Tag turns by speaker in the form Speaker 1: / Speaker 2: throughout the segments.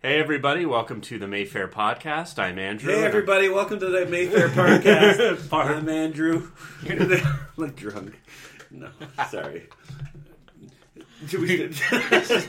Speaker 1: Hey, everybody, welcome to the Mayfair Podcast. I'm Andrew.
Speaker 2: Hey everybody, welcome to the Mayfair Podcast. I'm Andrew. like drunk. No, sorry. Should we-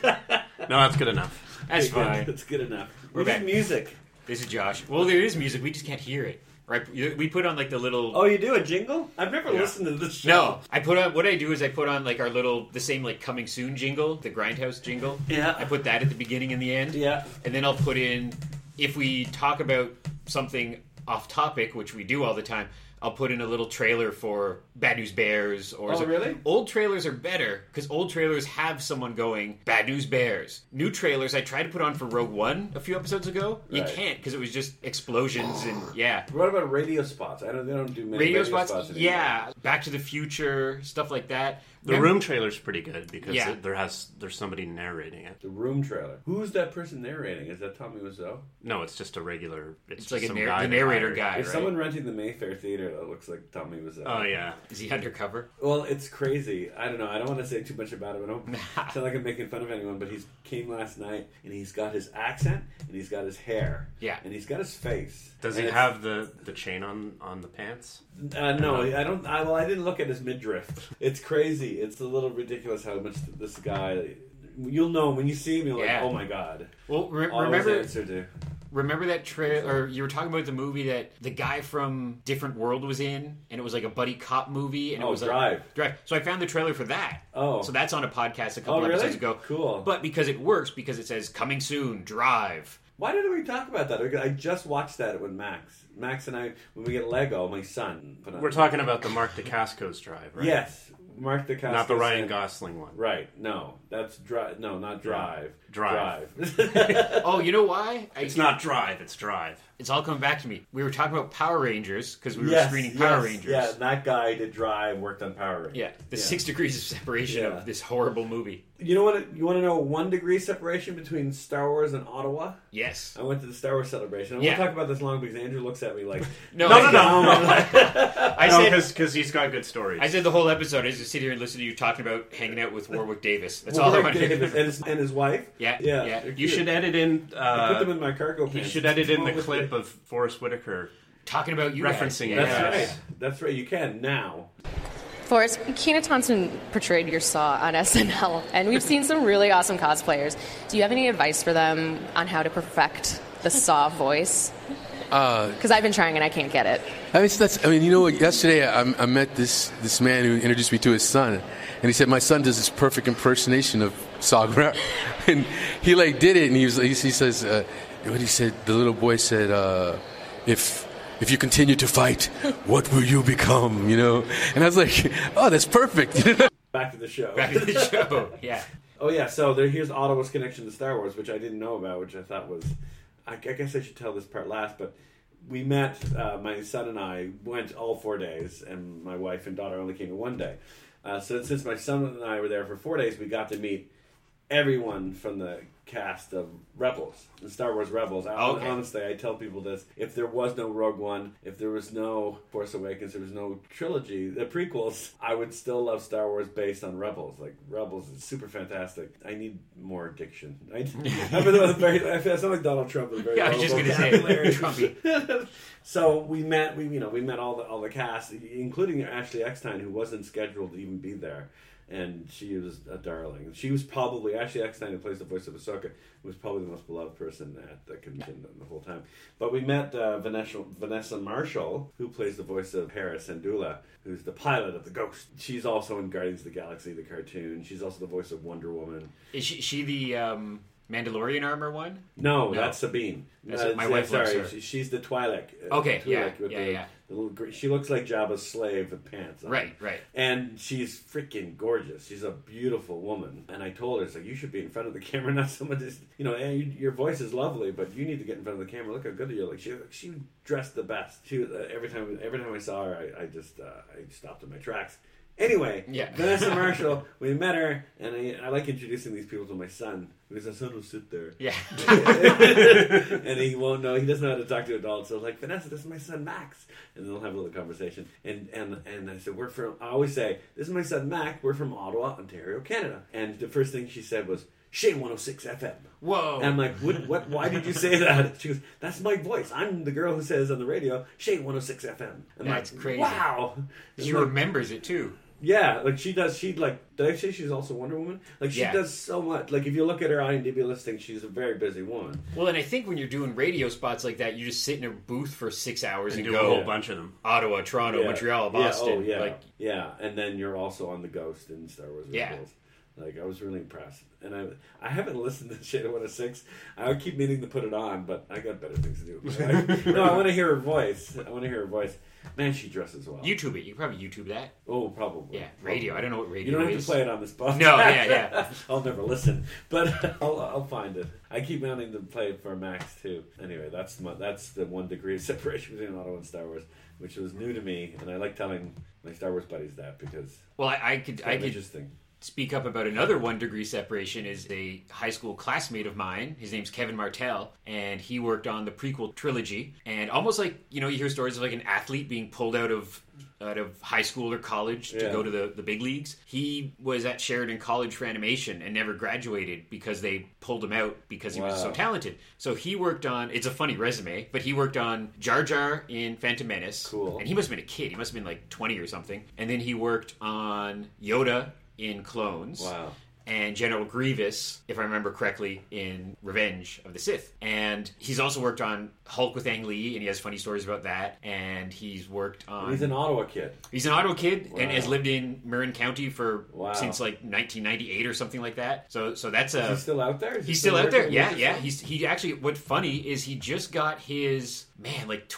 Speaker 1: No, that's good enough.
Speaker 3: That's fine.
Speaker 2: That's good enough.
Speaker 3: We're
Speaker 2: we need
Speaker 3: back.
Speaker 2: music.
Speaker 3: This is Josh. Well, there is music. We just can't hear it. Right? You- We put on like the little.
Speaker 2: Oh, you do a jingle? I've never
Speaker 1: Yeah.
Speaker 2: listened to this. show.
Speaker 3: No, I put on what I do is I put on like our little the same like coming soon jingle, the grindhouse jingle.
Speaker 2: Yeah.
Speaker 3: I put that at the beginning and the end.
Speaker 2: Yeah.
Speaker 3: And then I'll put in if we talk about something off topic, which we do all the time, I'll put in a little trailer for Bad News Bears or
Speaker 2: Oh, really?
Speaker 3: old trailers are better because old trailers have someone going Bad News Bears. New trailers I tried to put on for Rogue One a few episodes ago. You
Speaker 2: Right.
Speaker 3: can't because it was just explosions and yeah.
Speaker 2: What about radio spots? I don't. They don't do many
Speaker 3: Radio, spots,
Speaker 2: anymore.
Speaker 3: yeah. Back to the Future, stuff like that.
Speaker 1: The room trailer's pretty good because
Speaker 3: Yeah.
Speaker 1: it- there has there's somebody narrating it.
Speaker 2: The room trailer. Who's that person narrating? Is that Tommy Wiseau?
Speaker 1: No, it's just a regular.
Speaker 3: It's
Speaker 1: It's, just
Speaker 3: like a
Speaker 1: some
Speaker 3: narr-
Speaker 1: guy
Speaker 3: the
Speaker 1: they
Speaker 3: narrator
Speaker 1: hired.
Speaker 3: guy,
Speaker 2: There's
Speaker 3: right?
Speaker 2: someone renting the Mayfair Theater that looks like Tommy Wiseau.
Speaker 1: Oh yeah,
Speaker 3: Is he undercover?
Speaker 2: Well, it's crazy. I don't know. I don't want to say too much about him. I don't sound like I'm making fun of anyone, but he's came last night and he's got his accent and he's got his hair.
Speaker 3: Yeah.
Speaker 2: And he's got his face.
Speaker 1: does
Speaker 2: And
Speaker 1: he
Speaker 2: it's-
Speaker 1: have the the chain on on the pants?
Speaker 2: Uh, no, I don't. I, well, I didn't look at his midriff. It's crazy. It's a little ridiculous how much this guy. You'll know when you see him. You're
Speaker 3: Yeah.
Speaker 2: like, oh my god.
Speaker 3: Well, re-
Speaker 2: All his
Speaker 3: remember
Speaker 2: answer to.
Speaker 3: remember that trailer? You were talking about the movie that the guy from Different World was in, and it was like a buddy cop movie, and
Speaker 2: Oh,
Speaker 3: it was like-
Speaker 2: Drive.
Speaker 3: Drive. So I found the trailer for that.
Speaker 2: Oh.
Speaker 3: so that's on a podcast a couple
Speaker 2: Oh, really?
Speaker 3: episodes ago.
Speaker 2: Cool.
Speaker 3: But because it works, because it says coming soon, Drive.
Speaker 2: Why didn't we talk about that? I just watched that with Max. Max and I, when we get Lego, my son. Put on.
Speaker 1: We're talking about the Mark DeCascos drive, right?
Speaker 2: Yes, Mark the
Speaker 1: not the Ryan Gosling one.
Speaker 2: Right. No, that's drive. No, not drive.
Speaker 1: Drive.
Speaker 2: Drive.
Speaker 3: Oh, you know why? I,
Speaker 1: It's not drive. It's drive.
Speaker 3: It's all coming back to me. We were talking about Power Rangers because we were
Speaker 2: Yes,
Speaker 3: screening Power
Speaker 2: yes,
Speaker 3: Rangers.
Speaker 2: Yeah, that guy did drive. Worked on Power Rangers.
Speaker 3: Yeah, the six degrees of separation
Speaker 2: Yeah.
Speaker 3: of this horrible movie.
Speaker 2: You know what? You want to know one degree separation between Star Wars and Ottawa?
Speaker 3: Yes.
Speaker 2: I went to the Star Wars celebration. I
Speaker 3: Yeah.
Speaker 2: won't talk about this long because Andrew looks at me like, oh
Speaker 3: No,
Speaker 1: No,
Speaker 3: I,
Speaker 1: no, no,
Speaker 3: I
Speaker 1: no,
Speaker 3: said
Speaker 1: because because he's got good stories.
Speaker 3: I said the whole episode. I just sit here and listen to you talking about hanging out with Warwick Davis. That's all I
Speaker 2: Warwick
Speaker 3: want to
Speaker 2: Davis and his, and his wife.
Speaker 3: Yeah,
Speaker 2: yeah.
Speaker 3: yeah.
Speaker 2: they're
Speaker 1: you
Speaker 2: cute.
Speaker 1: should edit in.
Speaker 2: I put them
Speaker 1: Uh,
Speaker 2: in my cargo
Speaker 1: you
Speaker 2: pants.
Speaker 1: should edit in the
Speaker 2: Come on with
Speaker 1: clip
Speaker 2: me.
Speaker 1: of Forrest Whitaker.
Speaker 3: Talking about you guys.
Speaker 1: Referencing
Speaker 3: Yeah.
Speaker 2: That's
Speaker 1: Yes.
Speaker 2: right. That's right. You can now.
Speaker 4: Forrest, Keena Thompson portrayed your Saw on SNL, and we've seen some really awesome cosplayers. Do you have any advice for them on how to perfect the Saw voice? Because I've been trying and I can't get it.
Speaker 5: I mean, so that's, I mean, you know what? Yesterday, I, I met this, this man who introduced me to his son, and he said my son does this perfect impersonation of Saw Gerrera. and he like did it, and he was he, he says, uh, what he said. The little boy said, uh, if if you continue to fight, what will you become? You know, and I was like, oh, that's perfect. You know?
Speaker 2: Back to the show.
Speaker 3: Back to the show. Yeah.
Speaker 2: Oh yeah, so there, here's Ottawa's connection to Star Wars, which I didn't know about, which I thought was. I, I guess I should tell this part last, but we met. Uh, my son and I went all four days, and my wife and daughter only came to one day. Uh, so since my son and I were there for four days, we got to meet everyone from the cast of Rebels, the Star Wars Rebels. I,
Speaker 3: Okay.
Speaker 2: Honestly, I tell people this: if there was no Rogue One, if there was no Force Awakens, there was no trilogy, the prequels, I would still love Star Wars based on Rebels. Like Rebels is super fantastic. I need more addiction. I, I've been a very, I sound like Donald Trump. with a Very
Speaker 3: Yeah, I was
Speaker 2: low
Speaker 3: just gonna say,
Speaker 2: vocabulary.
Speaker 3: Trumpy.
Speaker 2: So we met, we you know, we met all the all the cast, including Ashley Eckstein, who wasn't scheduled to even be there, and she was a darling. She was probably Ashley Eckstein, who plays the voice of Ahsoka, was probably the most beloved person at the convention the whole time. But we met uh, Vanessa Vanessa Marshall, who plays the voice of Harris Sandula, who's the pilot of the Ghost. She's also in Guardians of the Galaxy, the cartoon. She's also the voice of Wonder Woman.
Speaker 3: Is she, she the um, Mandalorian armor one?
Speaker 2: No, that's Sabine. Uh,
Speaker 3: That's- my wife
Speaker 2: Sorry,
Speaker 3: loves her.
Speaker 2: she- she's the Twi'lek. uh,
Speaker 3: Okay,
Speaker 2: Twi'lek
Speaker 3: yeah,
Speaker 2: with
Speaker 3: yeah,
Speaker 2: the,
Speaker 3: yeah.
Speaker 2: the little gr- she looks like Jabba's slave with pants. On.
Speaker 3: Right, right.
Speaker 2: And she's freaking gorgeous. She's a beautiful woman. And I told her, it's like, you should be in front of the camera, not someone just, you know, and you, your voice is lovely, but you need to get in front of the camera. Look how good you look. She, she dressed the best. She was, uh, every time, every time I saw her, I, I just, uh, I stopped in my tracks. Anyway,
Speaker 3: Yeah.
Speaker 2: Vanessa Marshall, we met her, and I, I like introducing these people to my son because my son will sit there
Speaker 3: Yeah.
Speaker 2: and he won't know. He doesn't know how to talk to adults. So like, Vanessa, this is my son Max, and they'll have a little conversation. And and and I said, we're from. I always say, this is my son Mac. We're from Ottawa, Ontario, Canada. And the first thing she said was, oh Shea 106 FM.
Speaker 3: Whoa.
Speaker 2: And I'm like, what, what? Why did you say that? She goes, that's my voice. I'm the girl who says on the radio, oh Shea 106 FM. I'm
Speaker 3: That's
Speaker 2: like,
Speaker 3: crazy.
Speaker 2: Wow.
Speaker 3: He
Speaker 2: I'm like,
Speaker 3: remembers it too.
Speaker 2: yeah, like she does. She like did I say she's also Wonder Woman? Like she
Speaker 3: Yeah.
Speaker 2: does so much. Like if you look at her IMDb listing, she's a very busy woman.
Speaker 3: Well, and I think when you're doing radio spots like that, you just sit in a booth for six hours
Speaker 1: and
Speaker 3: and,
Speaker 1: do a
Speaker 3: go
Speaker 1: whole bunch of them.
Speaker 3: Ottawa, Toronto,
Speaker 2: Yeah.
Speaker 3: Montreal, Boston.
Speaker 2: Yeah, oh yeah,
Speaker 3: Like,
Speaker 2: yeah. And then you're also on the Ghost in Star Wars.
Speaker 3: Yeah.
Speaker 2: Rebels. Like I was really impressed, and I I haven't listened to Shada 106. I would keep meaning to put it on, but I got better things to do. Like, no, I want to hear her voice. I want to hear her voice. Man, she dresses well.
Speaker 3: YouTube it. You probably YouTube that.
Speaker 2: oh, probably.
Speaker 3: Yeah, radio. I don't know what radio
Speaker 2: You don't have
Speaker 3: is.
Speaker 2: to play it on this podcast.
Speaker 3: No, yeah, yeah.
Speaker 2: I'll never listen, but I'll, I'll find it. I keep wanting to play it for Max too. Anyway, that's my, that's the one degree of separation between Ottawa and Star Wars, which was new to me, and I like telling my Star Wars buddies that because
Speaker 3: Well, I, I could I
Speaker 2: it's
Speaker 3: could
Speaker 2: interesting.
Speaker 3: speak up about another one degree separation. Is a high school classmate of mine. His name's Kevin Martell, and he worked on the prequel trilogy. And almost like you know, you hear stories of like an athlete being pulled out of out of high school or college to
Speaker 2: Yeah.
Speaker 3: go to the, the big leagues. He was at Sheridan College for animation and never graduated because they pulled him out because he was so
Speaker 2: Wow.
Speaker 3: talented. So he worked on it's a funny resume, but he worked on Jar Jar in Phantom Menace.
Speaker 2: Cool.
Speaker 3: And he must have been a kid. He must have been like 20 or something. And then he worked on Yoda in Clones.
Speaker 2: Wow.
Speaker 3: And General Grievous, if I remember correctly, in Revenge of the Sith. And he's also worked on Hulk with Ang Lee, and he has funny stories about that. And he's worked on.
Speaker 2: He's an Ottawa kid.
Speaker 3: He's an Ottawa kid and
Speaker 2: Wow.
Speaker 3: has lived in Marin County for
Speaker 2: Wow.
Speaker 3: since like 1998 or something like that. So so that's a
Speaker 2: Is he still out there? Is he
Speaker 3: he's still out there.
Speaker 2: working?
Speaker 3: Yeah,
Speaker 2: Is he
Speaker 3: yeah.
Speaker 2: still-
Speaker 3: He's he actually what's funny is he just got his man like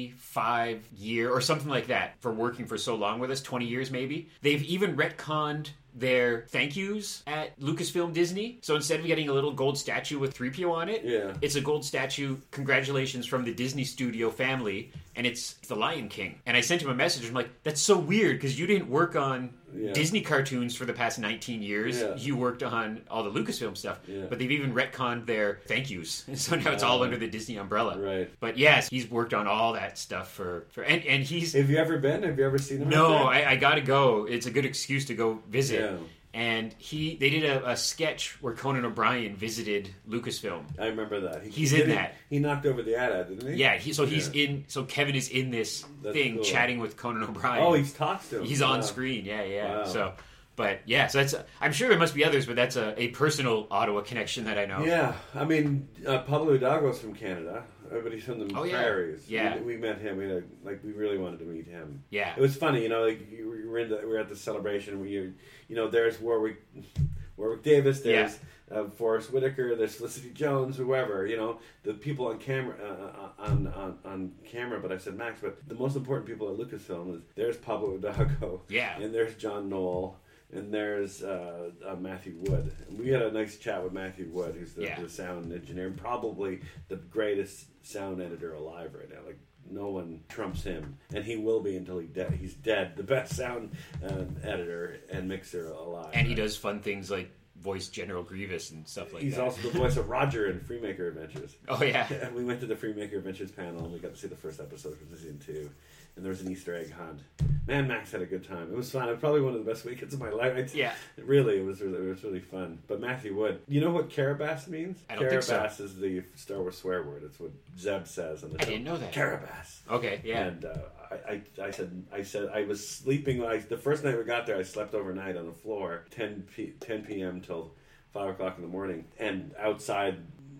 Speaker 3: 25 year or something like that for working for so long with us, 20 years maybe. They've even retconned their thank yous at Lucasfilm Disney. So instead of getting a little gold statue with 3PO on it,
Speaker 2: Yeah.
Speaker 3: it's a gold statue. Congratulations from the Disney Studio family, and it's the Lion King. And I sent him a message. I'm like, that's so weird because you didn't work on
Speaker 2: Yeah.
Speaker 3: Disney cartoons for the past 19 years.
Speaker 2: Yeah.
Speaker 3: You worked on all the Lucasfilm stuff,
Speaker 2: Yeah. Oh.
Speaker 3: but they've even retconned their thank yous, and so now it's all under the Disney umbrella.
Speaker 2: Right.
Speaker 3: But yes, he's worked on all that stuff for for and and he's
Speaker 2: Have you ever been? Have you ever seen him?
Speaker 3: no,
Speaker 2: out there?
Speaker 3: I, I gotta go. It's a good excuse to go visit.
Speaker 2: Yeah.
Speaker 3: And he they did a, a sketch where Conan O'Brien visited Lucasfilm.
Speaker 2: I remember that. He,
Speaker 3: He's in
Speaker 2: did he-
Speaker 3: that.
Speaker 2: He knocked over the ad, didn't he?
Speaker 3: Yeah, he, so he's
Speaker 2: Yeah.
Speaker 3: in. So Kevin is in this
Speaker 2: That's
Speaker 3: thing
Speaker 2: cool.
Speaker 3: chatting with Conan O'Brien.
Speaker 2: Oh, he's talked to him.
Speaker 3: He's on
Speaker 2: Wow.
Speaker 3: screen. Yeah, yeah.
Speaker 2: Wow.
Speaker 3: So, but yeah, so that's. A, I'm sure there must be others, but that's a, a personal Ottawa connection that I know.
Speaker 2: Yeah, I mean uh, Pablo Hidalgo's from Canada. Everybody's from the
Speaker 3: Oh, yeah.
Speaker 2: prairies.
Speaker 3: Yeah.
Speaker 2: we, we met him. We had a, like we really wanted to meet him.
Speaker 3: Yeah.
Speaker 2: it was funny. You know, like you were- you were in the, we were at the celebration. We, you know, there's Warwick, Warwick Davis. There's uh, Forrest Whitaker. There's Felicity Jones. Whoever you know, the people on camera uh, uh, on, on on camera. But I said Max. But the most important people at Lucasfilm is there's Pablo Hidalgo.
Speaker 3: Yeah.
Speaker 2: and there's John Knoll. And there's uh, uh, Matthew Wood. We had a nice chat with Matthew Wood, who's the,
Speaker 3: Yeah.
Speaker 2: the sound engineer, and probably the greatest sound editor alive right now. Like no one trumps him, and he will be until he dead. He's dead. The best sound um, editor and mixer alive.
Speaker 3: And he does fun things like voice General Grievous and stuff like
Speaker 2: He's
Speaker 3: that.
Speaker 2: also the voice of Roger in Freemaker Adventures.
Speaker 3: oh yeah.
Speaker 2: And we went to the Freemaker Adventures panel, and we got to see the first episode from season two. And there was an Easter egg hunt. Man, Max had a good time. It was fun. It was probably one of the best weekends of my life. It's-
Speaker 3: Yeah.
Speaker 2: really, it was really, it was really fun. But Matthew Wood, you know what Carabas means?
Speaker 3: I don't think so.
Speaker 2: Carabas is the Star Wars swear word. It's what Zeb says on the
Speaker 3: I
Speaker 2: show.
Speaker 3: didn't know that.
Speaker 2: Carabas.
Speaker 3: Okay. Yeah.
Speaker 2: And uh, I, I, I said, I said, I was sleeping. I, the first night we got there, I slept overnight on the floor, 10, p, 10 p.m. till five o'clock in the morning. And outside,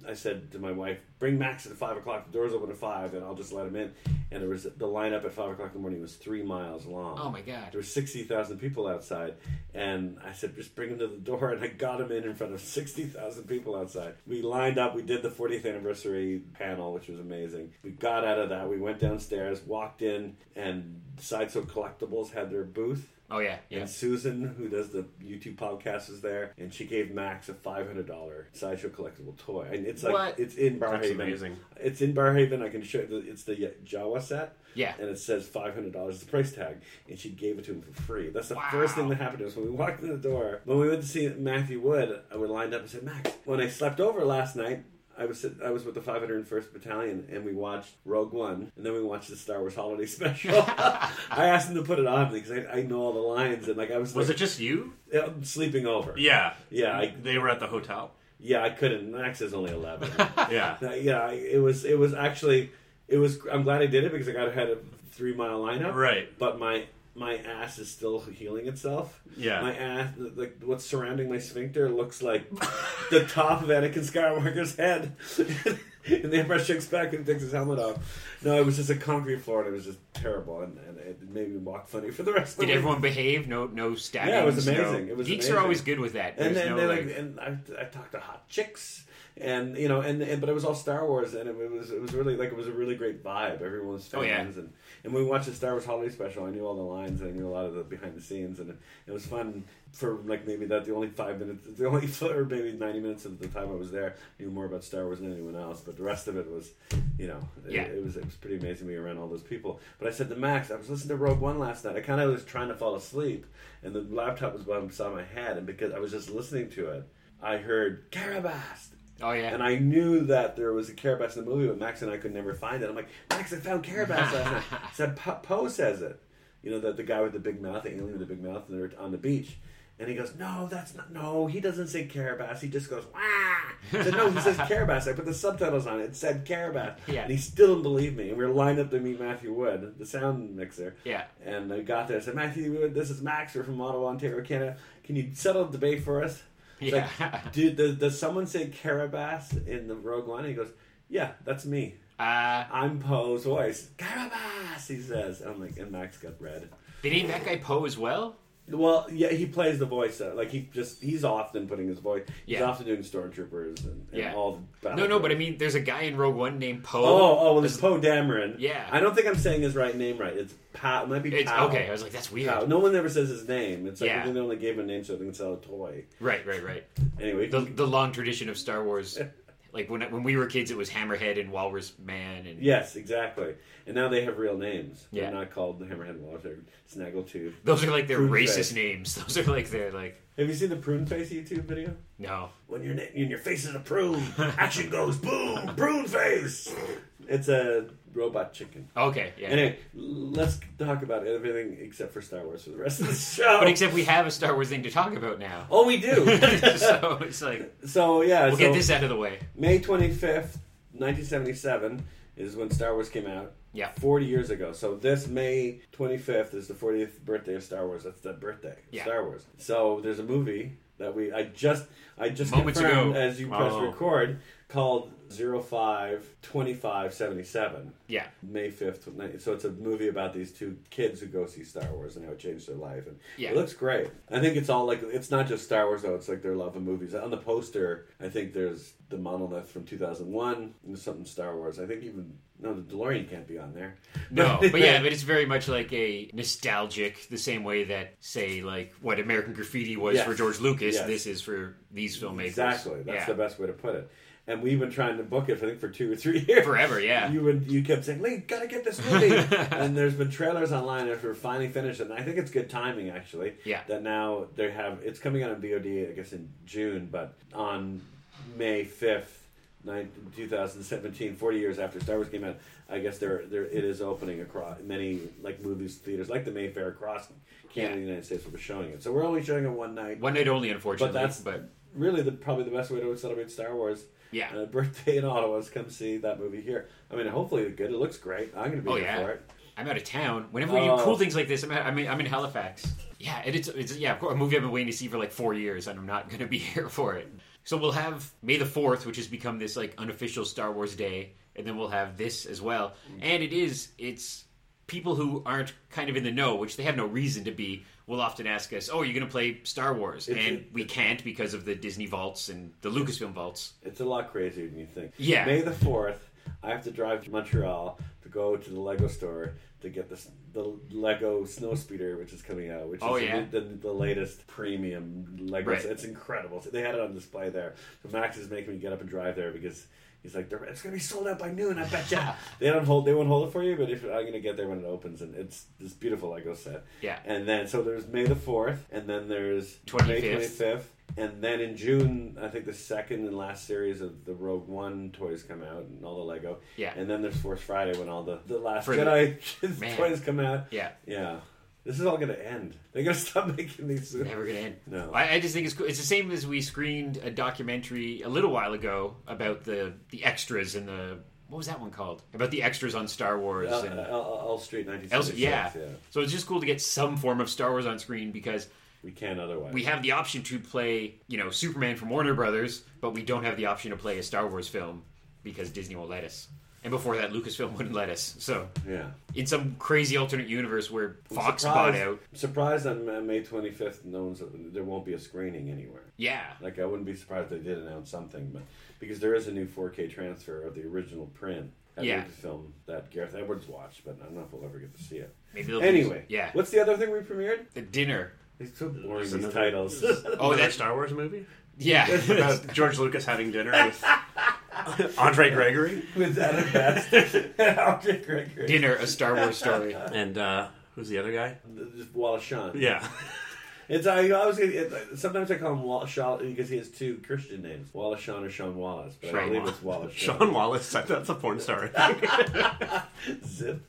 Speaker 2: I said to my wife, "Bring Max at five o'clock. The doors open at five, and I'll just let him in." And there was the lineup at five o'clock in the morning was three miles long.
Speaker 3: Oh, my God.
Speaker 2: There were sixty thousand people outside, and I said, "Just bring him to the door." And I got him in in front of sixty thousand people outside. We lined up. We did the fortieth anniversary panel, which was amazing. We got out of that. We went downstairs, walked in, and Sideshow Collectibles had their booth.
Speaker 3: oh yeah. Yeah.
Speaker 2: And Susan, who does the YouTube podcast, was there, and she gave Max a five hundred dollar sideshow collectible toy, and it's like
Speaker 3: What?
Speaker 2: it's in Barhaven.
Speaker 1: That's amazing.
Speaker 2: It's in Barhaven. I can show you. the- It's the Jawa set.
Speaker 3: Yeah.
Speaker 2: And it says five hundred dollars is the price tag, and she gave it to him for free. That's the
Speaker 3: Wow.
Speaker 2: first thing that happened to us when we walked uh, in the door. When we went to see Matthew Wood, I would lined up and said, Max, when I slept over last night. I was at- I was with the 501st Battalion and we watched Rogue One and then we watched the Star Wars Holiday Special. I asked them to put it on because I, I know all the lines and like I was
Speaker 1: Was it
Speaker 2: like,
Speaker 1: just you?
Speaker 2: yeah, sleeping over.
Speaker 1: Yeah.
Speaker 2: Yeah, I-
Speaker 1: they were at the hotel.
Speaker 2: yeah, I couldn't. Max is only 11.
Speaker 1: Yeah.
Speaker 2: Uh, yeah, I- it was it was actually it was. I'm glad I did it because I got ahead of three mile lineup.
Speaker 1: Right.
Speaker 2: but my my ass is still healing itself.
Speaker 1: Yeah.
Speaker 2: my ass, like what's surrounding my sphincter, looks like the top of Anakin Skywalker's head. and the Emperor Strikes Back and takes his helmet off. No, it was just a concrete floor, and it was just terrible, and, and it made me walk funny for the rest. of
Speaker 3: Did
Speaker 2: the
Speaker 3: everyone behave? No, no stabbing.
Speaker 2: Yeah, it was
Speaker 3: no-
Speaker 2: amazing. It was
Speaker 3: Geeks
Speaker 2: amazing.
Speaker 3: are always good with that.
Speaker 2: and
Speaker 3: There's
Speaker 2: then
Speaker 3: no,
Speaker 2: they,
Speaker 3: like,
Speaker 2: like, and I, I talked to hot chicks and you know and, and but it was all Star Wars and it, was it was really like it was a really great vibe everyone was fans
Speaker 3: Oh, yeah.
Speaker 2: and and when we watched the Star Wars holiday special I knew all the lines and I knew a lot of the behind the scenes and it, was fun for like maybe that the only five minutes the only or maybe 90 minutes of the time I was there I knew more about Star Wars than anyone else but the rest of it was you know it-
Speaker 3: Yeah.
Speaker 2: it, was it was pretty amazing we were around all those people but I said to Max I was listening to Rogue One last night I kind of was trying to fall asleep and the laptop was by beside my head and because I was just listening to it I heard Carabast
Speaker 3: oh yeah.
Speaker 2: and I knew that there was a Carabas in the movie, but Max and I could never find it. I'm like, Max, I found Carabas last night. I said, "Po- Poe says it. You know, that the guy with the big mouth, the alien with the big mouth, and they're on the beach. And he goes, no, that's not, no, he doesn't say Carabas. He just goes, wah. I said, no, he says Carabas. I put the subtitles on it. It said Carabas.
Speaker 3: Yeah.
Speaker 2: And he still didn't believe me. And we were lined up to meet Matthew Wood, the sound mixer.
Speaker 3: Yeah.
Speaker 2: And I got there. I said, Matthew Wood, this is Max. We're from Ottawa, Ontario, Canada. Can you settle the debate for us? It's
Speaker 3: Yeah.
Speaker 2: like, dude, does, does someone say Carabas in the Rogue One? And he goes, yeah, that's me.
Speaker 3: uh,
Speaker 2: I'm Poe's voice. Carabas, he says. I'm like, and Max got red.
Speaker 3: they named that guy Poe as well.
Speaker 2: Well, yeah, he plays the voice. Uh, like he just, he's often putting his voice. He's
Speaker 3: Yeah.
Speaker 2: often doing stormtroopers and, and
Speaker 3: Yeah.
Speaker 2: all. The
Speaker 3: No, no, but I mean, there's a guy in Rogue One named Poe.
Speaker 2: Oh, oh, well, it's Poe Dameron.
Speaker 3: Yeah.
Speaker 2: I don't think I'm saying his right name right. It's Pow. It might be
Speaker 3: It's,
Speaker 2: Pow.
Speaker 3: okay, I was like, that's weird.
Speaker 2: Pow. No one ever says his name. It's like
Speaker 3: Yeah.
Speaker 2: I think they only gave him a name so they can sell a toy.
Speaker 3: Right, right, right.
Speaker 2: Anyway,
Speaker 3: The the long tradition of Star Wars. Like when when we were kids, it was Hammerhead and Walrus Man, and
Speaker 2: Yes, exactly. And now they have real names.
Speaker 3: Yeah.
Speaker 2: They're not called the Hammerhead Walrus or Snaggletooth.
Speaker 3: those are like their
Speaker 2: Prune
Speaker 3: racist
Speaker 2: face.
Speaker 3: names. Those are like their like
Speaker 2: Have you seen the Prune Face YouTube video?
Speaker 3: no.
Speaker 2: When your na- when your face is a prune, action goes boom, prune face. It's a robot chicken.
Speaker 3: Okay, yeah.
Speaker 2: Anyway, let's talk about everything except for Star Wars for the rest of the show.
Speaker 3: but except we have a Star Wars thing to talk about now,
Speaker 2: oh, we do.
Speaker 3: so it's like
Speaker 2: so yeah,
Speaker 3: we'll
Speaker 2: so
Speaker 3: get this out of the way.
Speaker 2: May twenty fifth, nineteen seventy seven, is when Star Wars came out.
Speaker 3: Yeah.
Speaker 2: forty years ago. So this May twenty fifth is the fortieth birthday of Star Wars. That's the birthday of
Speaker 3: Yeah.
Speaker 2: Star Wars. So there's a movie that we I just I just
Speaker 3: Moments
Speaker 2: confirmed
Speaker 3: ago.
Speaker 2: as you press
Speaker 1: Oh.
Speaker 2: record called 052577.
Speaker 3: Yeah.
Speaker 2: May 5th. So it's a movie about these two kids who go see Star Wars and how it changed their life. And
Speaker 3: Yeah.
Speaker 2: it looks great. I think it's all like, it's not just Star Wars though, it's like their love of movies. On the poster, I think there's the monolith from 2001 and there's something Star Wars. I think even, no, the DeLorean can't be on there.
Speaker 3: No, but yeah, but it's very much like a nostalgic, the same way that say like what American Graffiti was
Speaker 2: Yes.
Speaker 3: for George Lucas,
Speaker 2: Yes.
Speaker 3: this is for these filmmakers.
Speaker 2: Exactly. That's
Speaker 3: yeah.
Speaker 2: the best way to put it. And we've been trying to book it, I think, for two or three years.
Speaker 3: Forever, yeah.
Speaker 2: You would, you kept saying, Lee, gotta get this movie. and there's been trailers online after we finally finished it. And I think it's good timing, actually.
Speaker 3: Yeah.
Speaker 2: That now they have, it's coming out on VOD, I guess, in June, but on May 5th. nine- 2017, 40 years after Star Wars came out, I guess there, there it is opening across many like movies theaters, like the Mayfair across Canada, and the United States. We're showing it, so we're only showing it one night.
Speaker 3: One night only, unfortunately.
Speaker 2: But that's
Speaker 3: but
Speaker 2: really the probably the best way to celebrate Star Wars.
Speaker 3: Yeah.
Speaker 2: uh, birthday in Ottawa is come see that movie here. I mean, hopefully it's good. It looks great. I'm going to be
Speaker 3: Oh
Speaker 2: there
Speaker 3: yeah,
Speaker 2: for it.
Speaker 3: I'm out of town. Whenever we do
Speaker 2: Oh.
Speaker 3: cool things like this, I'm out, I'm, in, I'm in Halifax. Yeah, and it's, it's yeah, of course, a movie I've been waiting to see for like four years, and I'm not going to be here for it. So we'll have May the Fourth, which has become this like unofficial Star Wars day, and then we'll have this as well. And it is it's people who aren't kind of in the know, which they have no reason to be, will often ask us, "Oh, are you going to play Star Wars?" and
Speaker 2: it-
Speaker 3: we can't because of the Disney vaults and the Lucasfilm vaults.
Speaker 2: It's a lot crazier than you think.
Speaker 3: Yeah.
Speaker 2: May the fourth, I have to drive to Montreal to go to the Lego store to get the the Lego Snow Speeder, which is coming out, which
Speaker 3: Oh,
Speaker 2: is
Speaker 3: yeah.
Speaker 2: the, the, the latest premium Lego.
Speaker 3: Right.
Speaker 2: It's incredible. They had it on display there. So Max is making me get up and drive there because. He's like, "They're- it's gonna be sold out by noon. I bet ya. they don't hold, they won't hold it for you. But if I'm gonna get there when it opens, and it's this beautiful Lego set.
Speaker 3: Yeah.
Speaker 2: And then so there's May the fourth, and then there's May
Speaker 3: 25th.
Speaker 2: twenty fifth, And then in June, I think the second and last series of the Rogue One toys come out and all the Lego.
Speaker 3: Yeah.
Speaker 2: And then there's Force Friday when all the, the Last
Speaker 3: For the-
Speaker 2: Jedi
Speaker 3: Man.
Speaker 2: toys come out.
Speaker 3: Yeah.
Speaker 2: Yeah. This is all going to end. They're going to stop making these soon.
Speaker 3: Never gonna end.
Speaker 2: No.
Speaker 3: I, I just think it's cool. It's the same as we screened a documentary a little while ago about the the extras and the what was that one called? About the extras on Star Wars
Speaker 2: El,
Speaker 3: and
Speaker 2: El, El Street
Speaker 3: Else,
Speaker 2: 1976.
Speaker 3: yeah.
Speaker 2: yeah.
Speaker 3: So it's just cool to get some form of Star Wars on screen because
Speaker 2: We can't otherwise.
Speaker 3: we have the option to play, you know, Superman from Warner Brothers, but we don't have the option to play a Star Wars film because Disney won't let us. And before that, Lucasfilm wouldn't let us. So
Speaker 2: yeah.
Speaker 3: in some crazy alternate universe where
Speaker 2: I'm
Speaker 3: Fox bought
Speaker 2: surprised-
Speaker 3: out,
Speaker 2: Surprised on uh, May 25th, no one's, there won't be a screening anywhere.
Speaker 3: yeah,
Speaker 2: Like I wouldn't be surprised if they did announce something, but because there is a new 4K transfer of the original print. I
Speaker 3: Yeah.
Speaker 2: the film that Gareth Edwards watched, but I don't know if we'll ever get to see it.
Speaker 3: maybe they'll
Speaker 2: Anyway,
Speaker 3: yeah,
Speaker 2: What's the other thing we premiered?
Speaker 3: the dinner,
Speaker 2: It's so boring
Speaker 1: There's
Speaker 2: these
Speaker 1: another-
Speaker 2: titles.
Speaker 3: Oh,
Speaker 1: Another
Speaker 3: that-
Speaker 1: Star Wars movie
Speaker 3: yeah.
Speaker 1: about George Lucas having dinner with Andre Gregory
Speaker 2: With Adam Best, Andre Gregory,
Speaker 3: dinner, a Star Wars story.
Speaker 1: and uh, who's the other guy?
Speaker 2: Just Wallace Shawn.
Speaker 1: Yeah,
Speaker 2: It's I always get, it, sometimes I call him Wallace Shawn because he has two Christian names, Wallace Shawn or Sean Wallace, but I
Speaker 3: Sean
Speaker 2: believe it's Wallace Shawn.
Speaker 1: Sean Wallace. That's a porn star.
Speaker 2: Zip.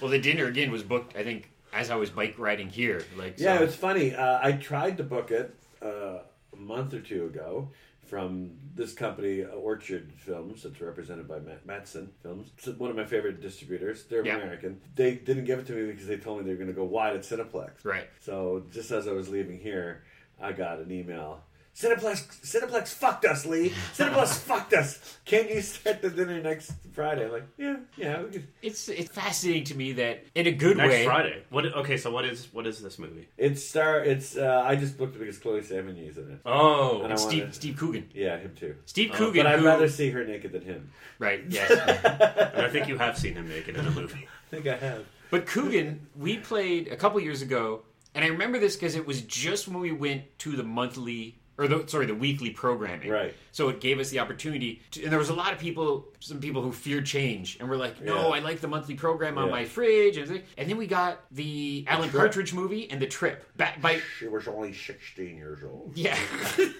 Speaker 3: Well, the dinner again was booked. I think as I was bike riding here, like
Speaker 2: Yeah,
Speaker 3: so-
Speaker 2: it's funny. Uh, I tried to book it uh, a month or two ago from this company, uh, Orchard Films, that's represented by Matt Matson Films. It's one of my favorite distributors. They're
Speaker 3: Yeah.
Speaker 2: American. They didn't give it to me because they told me they were going to go wide at Cineplex.
Speaker 3: Right.
Speaker 2: So just as I was leaving here, I got an email. Cineplex, Cineplex fucked us, Lee. Cineplex fucked us. Can you start the dinner next Friday? I'm like, yeah, yeah. We could.
Speaker 3: it's it's fascinating to me that in a good
Speaker 1: Next
Speaker 3: way.
Speaker 1: Friday. What? Okay, so what is what is this movie?
Speaker 2: It's star. It's. Uh, I just booked it because Chloe Sevigny's in it.
Speaker 1: Oh,
Speaker 2: And I
Speaker 3: Steve
Speaker 2: wanted-
Speaker 3: Steve Coogan.
Speaker 2: Yeah, him too.
Speaker 3: Steve
Speaker 1: Oh,
Speaker 3: Coogan.
Speaker 2: But I'd
Speaker 3: who-
Speaker 2: rather see her naked than him.
Speaker 3: Right. Yes.
Speaker 1: and I think you have seen him naked in a movie.
Speaker 2: I think I have.
Speaker 3: but Coogan, we played a couple years ago, and I remember this because it was just when we went to the monthly. Or the, sorry, the weekly programming.
Speaker 2: Right.
Speaker 3: So it gave us the opportunity, to, and there was a lot of people, some people who feared change, and were like, "No,
Speaker 2: Yeah.
Speaker 3: I like the monthly program on
Speaker 2: Yeah.
Speaker 3: my fridge." And, thi- and then we got the Alan
Speaker 2: Trip.
Speaker 3: Partridge movie and the Trip. Back by
Speaker 2: She was only 16 years old.
Speaker 3: yeah,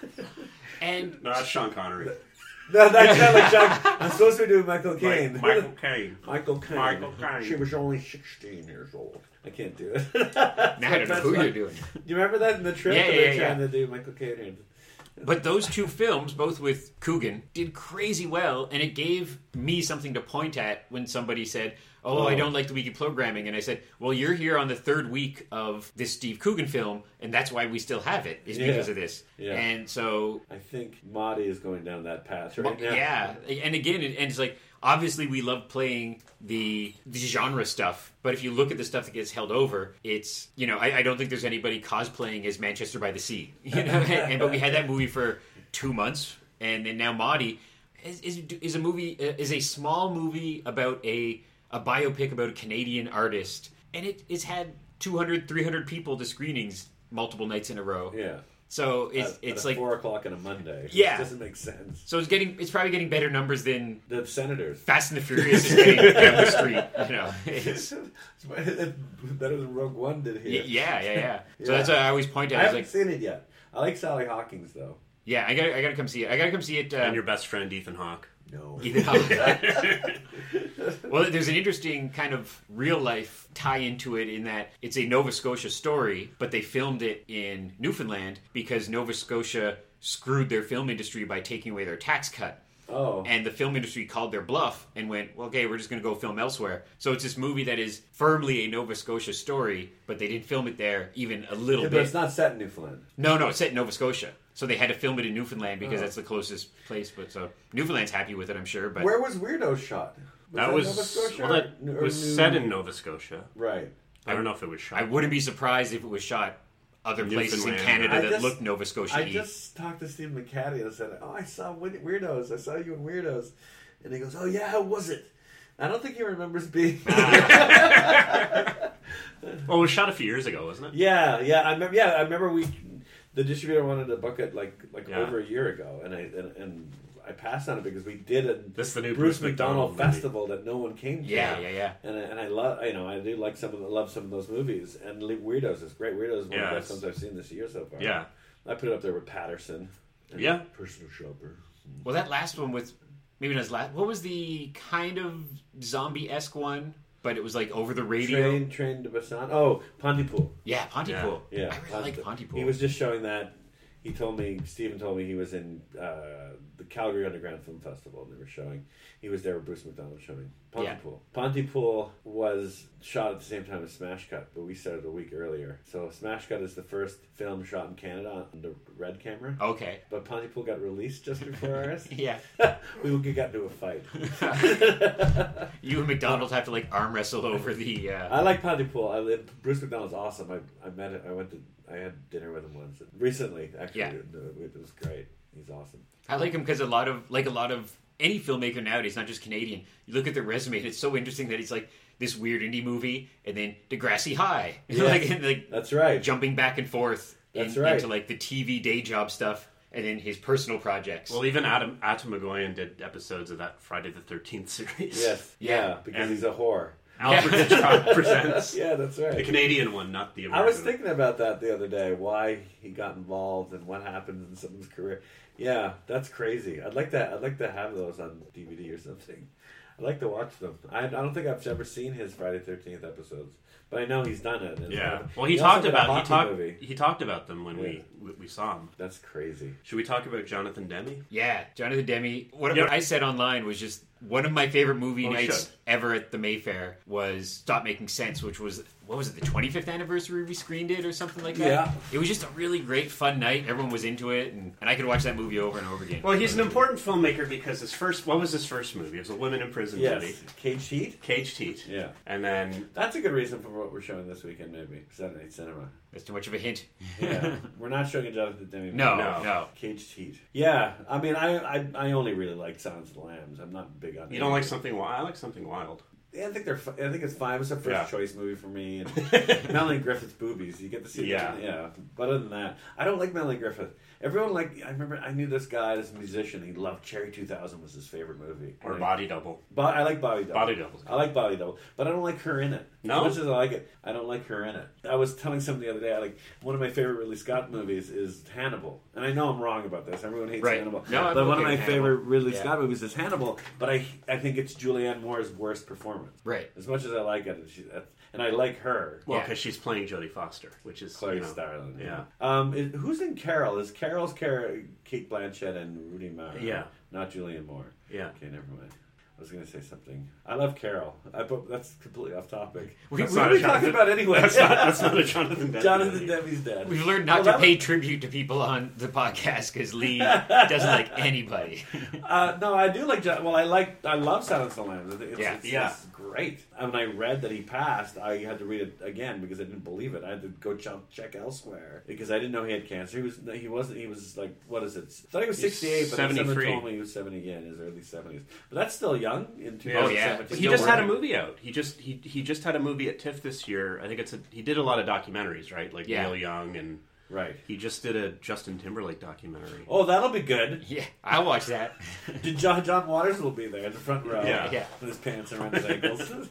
Speaker 3: and
Speaker 1: No, that's Sean Connery.
Speaker 2: No, that's not like John. I'm supposed to be doing Michael Caine.
Speaker 1: Michael Caine.
Speaker 2: Michael Caine.
Speaker 1: Michael Caine.
Speaker 2: She was only 16 years old. I can't do it.
Speaker 3: now I don't know
Speaker 2: That's
Speaker 3: who
Speaker 2: fine.
Speaker 3: you're doing.
Speaker 2: you remember that in the trip?
Speaker 3: Yeah,
Speaker 2: when
Speaker 3: yeah,
Speaker 2: they were
Speaker 3: yeah.
Speaker 2: trying to do Michael Caine. and-
Speaker 3: But those two films, both with Coogan, did crazy well, and it gave me something to point at when somebody said, "Oh, I don't like the weekly programming," and I said, "Well, you're here on the third week of this Steve Coogan film, and that's why we still have it is because
Speaker 2: Yeah.
Speaker 3: of this."
Speaker 2: Yeah.
Speaker 3: And so,
Speaker 2: I think Maudie is going down that path right now.
Speaker 3: yeah, and again, it- and it's like obviously we love playing the, the genre stuff, but if you look at the stuff that gets held over, it's you know I, I don't think there's anybody cosplaying as Manchester by the Sea, you know. and, but we had that movie for two months, and then now Maudie is is, is a movie is a small movie about a a biopic about a Canadian artist, and it, it's had 200, 300 people to screenings multiple nights in a row.
Speaker 2: Yeah.
Speaker 3: So it's
Speaker 2: At-
Speaker 3: it's
Speaker 2: at a
Speaker 3: like
Speaker 2: four o'clock on a Monday.
Speaker 3: Yeah.
Speaker 2: it doesn't make sense.
Speaker 3: so it's getting it's probably getting better numbers than
Speaker 2: The senators.
Speaker 3: Fast and the Furious is getting down the street. You know, it's,
Speaker 2: It's better than Rogue One did
Speaker 3: yeah,
Speaker 2: here.
Speaker 3: yeah, yeah, So
Speaker 2: Yeah.
Speaker 3: that's what I always point
Speaker 2: I
Speaker 3: out. I
Speaker 2: haven't
Speaker 3: was like,
Speaker 2: seen it yet. I like Sally Hawkins though.
Speaker 3: yeah, I gotta, I gotta come see it. I gotta come see it. Uh,
Speaker 1: And your best friend Ethan Hawke.
Speaker 2: No.
Speaker 3: well, there's an interesting kind of real life tie into it in that it's a Nova Scotia story, but they filmed it in Newfoundland because Nova Scotia screwed their film industry by taking away their tax cut.
Speaker 2: Oh.
Speaker 3: and the film industry called their bluff and went, well, okay, we're just going to go film elsewhere. So it's this movie that is firmly a Nova Scotia story, but they didn't film it there even a little
Speaker 2: Yeah, but
Speaker 3: bit.
Speaker 2: it's not set in Newfoundland.
Speaker 3: No, no, it's set in Nova Scotia. So they had to film it in Newfoundland because
Speaker 2: Oh.
Speaker 3: that's the closest place. But so Newfoundland's happy with it, I'm sure. But
Speaker 2: Where was Weirdo shot?
Speaker 1: That was well, that
Speaker 2: or- or New-
Speaker 1: was set in Nova Scotia.
Speaker 2: Right.
Speaker 1: I don't know if it was shot.
Speaker 3: I wouldn't be surprised if it was shot other places in
Speaker 1: Newfoundland.
Speaker 3: Canada
Speaker 2: I
Speaker 3: that
Speaker 2: just-
Speaker 3: looked Nova Scotia.
Speaker 2: I just talked to Steve McCaddy and I said, "Oh, I saw Win- Weirdos. I saw you in Weirdos," and he goes, "Oh yeah, how was it?" I don't think he remembers being.
Speaker 1: Ah, Well, Oh, it was shot a few years ago, wasn't it?
Speaker 2: yeah, yeah, I remember. Yeah, I remember we. The distributor wanted to book it like like
Speaker 1: Yeah.
Speaker 2: over a year ago, and I and, and I passed on it because we did a
Speaker 1: This is the new
Speaker 2: Bruce,
Speaker 1: Bruce McDonald
Speaker 2: McDonald,
Speaker 1: movie.
Speaker 2: festival that no one came to.
Speaker 3: yeah, yeah, yeah.
Speaker 2: And I, and I love, you know, I do like some of the, love some of those movies. And Le- Weirdos is great. Weirdos is one of
Speaker 1: Yeah,
Speaker 2: the
Speaker 1: it's-
Speaker 2: best ones I've seen this year so far.
Speaker 1: Yeah.
Speaker 2: I put it up there with Patterson. and
Speaker 1: Yeah.
Speaker 2: Personal shopper.
Speaker 3: Well, that last one with maybe not his last. What was the kind of zombie esque one? But it was like over the radio.
Speaker 2: Train, train to Busan. Oh, Pontypool.
Speaker 3: Yeah, Pontypool.
Speaker 2: Yeah,
Speaker 3: I really like Pontypool.
Speaker 2: He was just showing that. He told me, Stephen told me he was in uh, the Calgary Underground Film Festival and they were showing. He was there with Bruce McDonald showing Pontypool. Pontypool was shot at the same time as Smash Cut, but we started a week earlier. So Smash Cut is the first film shot in Canada on the red camera.
Speaker 3: okay.
Speaker 2: But Pontypool got released just before ours.
Speaker 3: Yeah,
Speaker 2: we got into a fight.
Speaker 3: you and McDonald have to like arm wrestle over the. Uh,
Speaker 2: I like Pontypool. I live, Bruce McDonald's awesome. I, I met him. I went to. I had dinner with him once recently. Actually,
Speaker 3: Yeah.
Speaker 2: it, it was great. He's awesome.
Speaker 3: I like him because a lot of like a lot of any filmmaker nowadays, not just Canadian. You look at their resume, and it's so interesting that he's like this weird indie movie, and then Degrassi High, like, and, like
Speaker 2: That's right.
Speaker 3: jumping back and forth in-
Speaker 2: That's right.
Speaker 3: into like the TV day job stuff, and then his personal projects.
Speaker 1: Well, even Adam Atamagoyan did episodes of that Friday the Thirteenth series.
Speaker 2: Yes. Yeah.
Speaker 3: Yeah.
Speaker 2: because
Speaker 1: And-
Speaker 2: he's a whore.
Speaker 1: Alfred Hitchcock presents
Speaker 2: Yeah, that's
Speaker 1: the
Speaker 2: right.
Speaker 1: Canadian one, not the
Speaker 2: I
Speaker 1: American.
Speaker 2: was thinking about that the other day. Why he got involved and what happened in someone's career. Yeah, that's crazy. I'd like that. I'd like to have those on DVD or something. I'd like to watch them. I, I don't think I've ever seen his Friday Thirteenth episodes, but I know he's done it. It's
Speaker 1: Yeah.
Speaker 2: happened.
Speaker 1: Well, he,
Speaker 2: also
Speaker 1: talked
Speaker 2: did a
Speaker 1: about
Speaker 2: hockey
Speaker 1: he talked
Speaker 2: movie.
Speaker 1: he talked about them when
Speaker 2: Yeah.
Speaker 1: we we we saw him.
Speaker 2: That's crazy.
Speaker 1: Should we talk about Jonathan Demi?
Speaker 3: Yeah, Jonathan Demi. What,
Speaker 1: Yeah.
Speaker 3: what I said online was just one of my favorite movie
Speaker 1: Well, we
Speaker 3: nights
Speaker 1: should.
Speaker 3: ever at the Mayfair was Stop Making Sense, which was what was it the 25th anniversary we screened it or something like that.
Speaker 2: Yeah.
Speaker 3: it was just a really great fun night. Everyone was into it, and, and I could watch that movie over and over again.
Speaker 1: Well, he's an important filmmaker because his first what was his first movie? It was a women in prison movie,
Speaker 2: Yes, Cage Heat.
Speaker 1: Caged Heat.
Speaker 2: Yeah.
Speaker 1: And then
Speaker 2: That's a good reason for what we're showing this weekend, maybe Saturday Night Cinema.
Speaker 3: That's too much of a hint.
Speaker 2: Yeah, we're not showing a Jonathan Demi.
Speaker 3: No,
Speaker 1: No.
Speaker 3: no,
Speaker 2: Caged Heat. Yeah, I mean, I, I I only really like Silence of the Lambs. I'm not big on.
Speaker 1: you don't like
Speaker 2: Some-
Speaker 1: something wild. I like something wild.
Speaker 2: yeah, I think they're. fi- I think it's fine. It's a first
Speaker 1: Yeah.
Speaker 2: choice movie for me. And Melanie Griffith's boobies. You get to see.
Speaker 1: Yeah.
Speaker 2: them. yeah. But other than that, I don't like Melanie Griffith. Everyone like. I remember. I knew this guy. This musician. He loved Cherry 2000. Was his favorite movie.
Speaker 1: Or
Speaker 2: And I-
Speaker 1: Body Double.
Speaker 2: Bo- I like Bobby Double.
Speaker 1: Bobby Double's good.
Speaker 2: I like Bobby Double, but I don't like her in it.
Speaker 1: No?
Speaker 2: As much as I like it, I don't like her in it. I was telling somebody the other day, I like one of my favorite Ridley Scott movies is Hannibal, and I know I'm wrong about this. Everyone hates
Speaker 3: Right.
Speaker 2: Hannibal,
Speaker 3: No, I'm
Speaker 2: but one
Speaker 3: okay
Speaker 2: of my
Speaker 3: with
Speaker 2: favorite
Speaker 3: Hannibal.
Speaker 2: Ridley
Speaker 3: Yeah.
Speaker 2: Scott movies is Hannibal. But I, I think it's Julianne Moore's worst performance.
Speaker 3: Right.
Speaker 2: As much as I like it, she, that's, and I like her.
Speaker 1: Well,
Speaker 3: Yeah.
Speaker 1: because she's playing Jodie Foster, which is
Speaker 2: Chloe
Speaker 1: you know,
Speaker 2: Starling.
Speaker 1: Yeah.
Speaker 2: Um, is- who's in Carol? Is Carol's Car- Kate Blanchett and Rudy Mara?
Speaker 1: Yeah.
Speaker 2: Not Julian Moore.
Speaker 1: Yeah.
Speaker 2: Okay, never mind. I was going to say something. I love Carol. I, but that's completely off topic.
Speaker 3: We-
Speaker 2: That's
Speaker 3: we-
Speaker 2: what are
Speaker 1: we
Speaker 2: we talking
Speaker 1: Jonathan-
Speaker 2: about anyway?
Speaker 1: That's not, that's not a Jonathan Demi.
Speaker 2: Jonathan
Speaker 1: movie.
Speaker 2: Demi's dead.
Speaker 3: We've learned not
Speaker 2: Well,
Speaker 3: to
Speaker 2: that-
Speaker 3: pay tribute to people on the podcast because Lee doesn't like anybody.
Speaker 2: Uh, no, I do like. John, well, I like. I love Silence of the Lambs. I think It's,
Speaker 3: Yeah,
Speaker 2: it's,
Speaker 1: yeah.
Speaker 2: it's great. And when I read that he passed, I had to read it again because I didn't believe it. I had to go ch- check elsewhere because I didn't know he had cancer. He was. He wasn't. He was like. What is it? I thought he was
Speaker 1: He's
Speaker 2: sixty-eight, but then someone
Speaker 1: 73.
Speaker 2: told me he was seventy yeah, in his early seventies. But that's still young in two
Speaker 1: Oh
Speaker 2: thousand
Speaker 3: yeah.
Speaker 2: seventeen.
Speaker 1: But he
Speaker 3: Still
Speaker 1: just had a
Speaker 3: working.
Speaker 1: movie out. He just he he just had a movie at TIFF this year. I think it's a he did a lot of documentaries, right? Like
Speaker 3: Yeah.
Speaker 1: Neil Young and
Speaker 2: right.
Speaker 1: he just did a Justin Timberlake documentary.
Speaker 2: Oh, that'll be good.
Speaker 3: yeah, I watched that.
Speaker 2: Did John, John Waters will be there in the front row.
Speaker 1: Yeah.
Speaker 3: Yeah.
Speaker 2: With his pants around his ankles.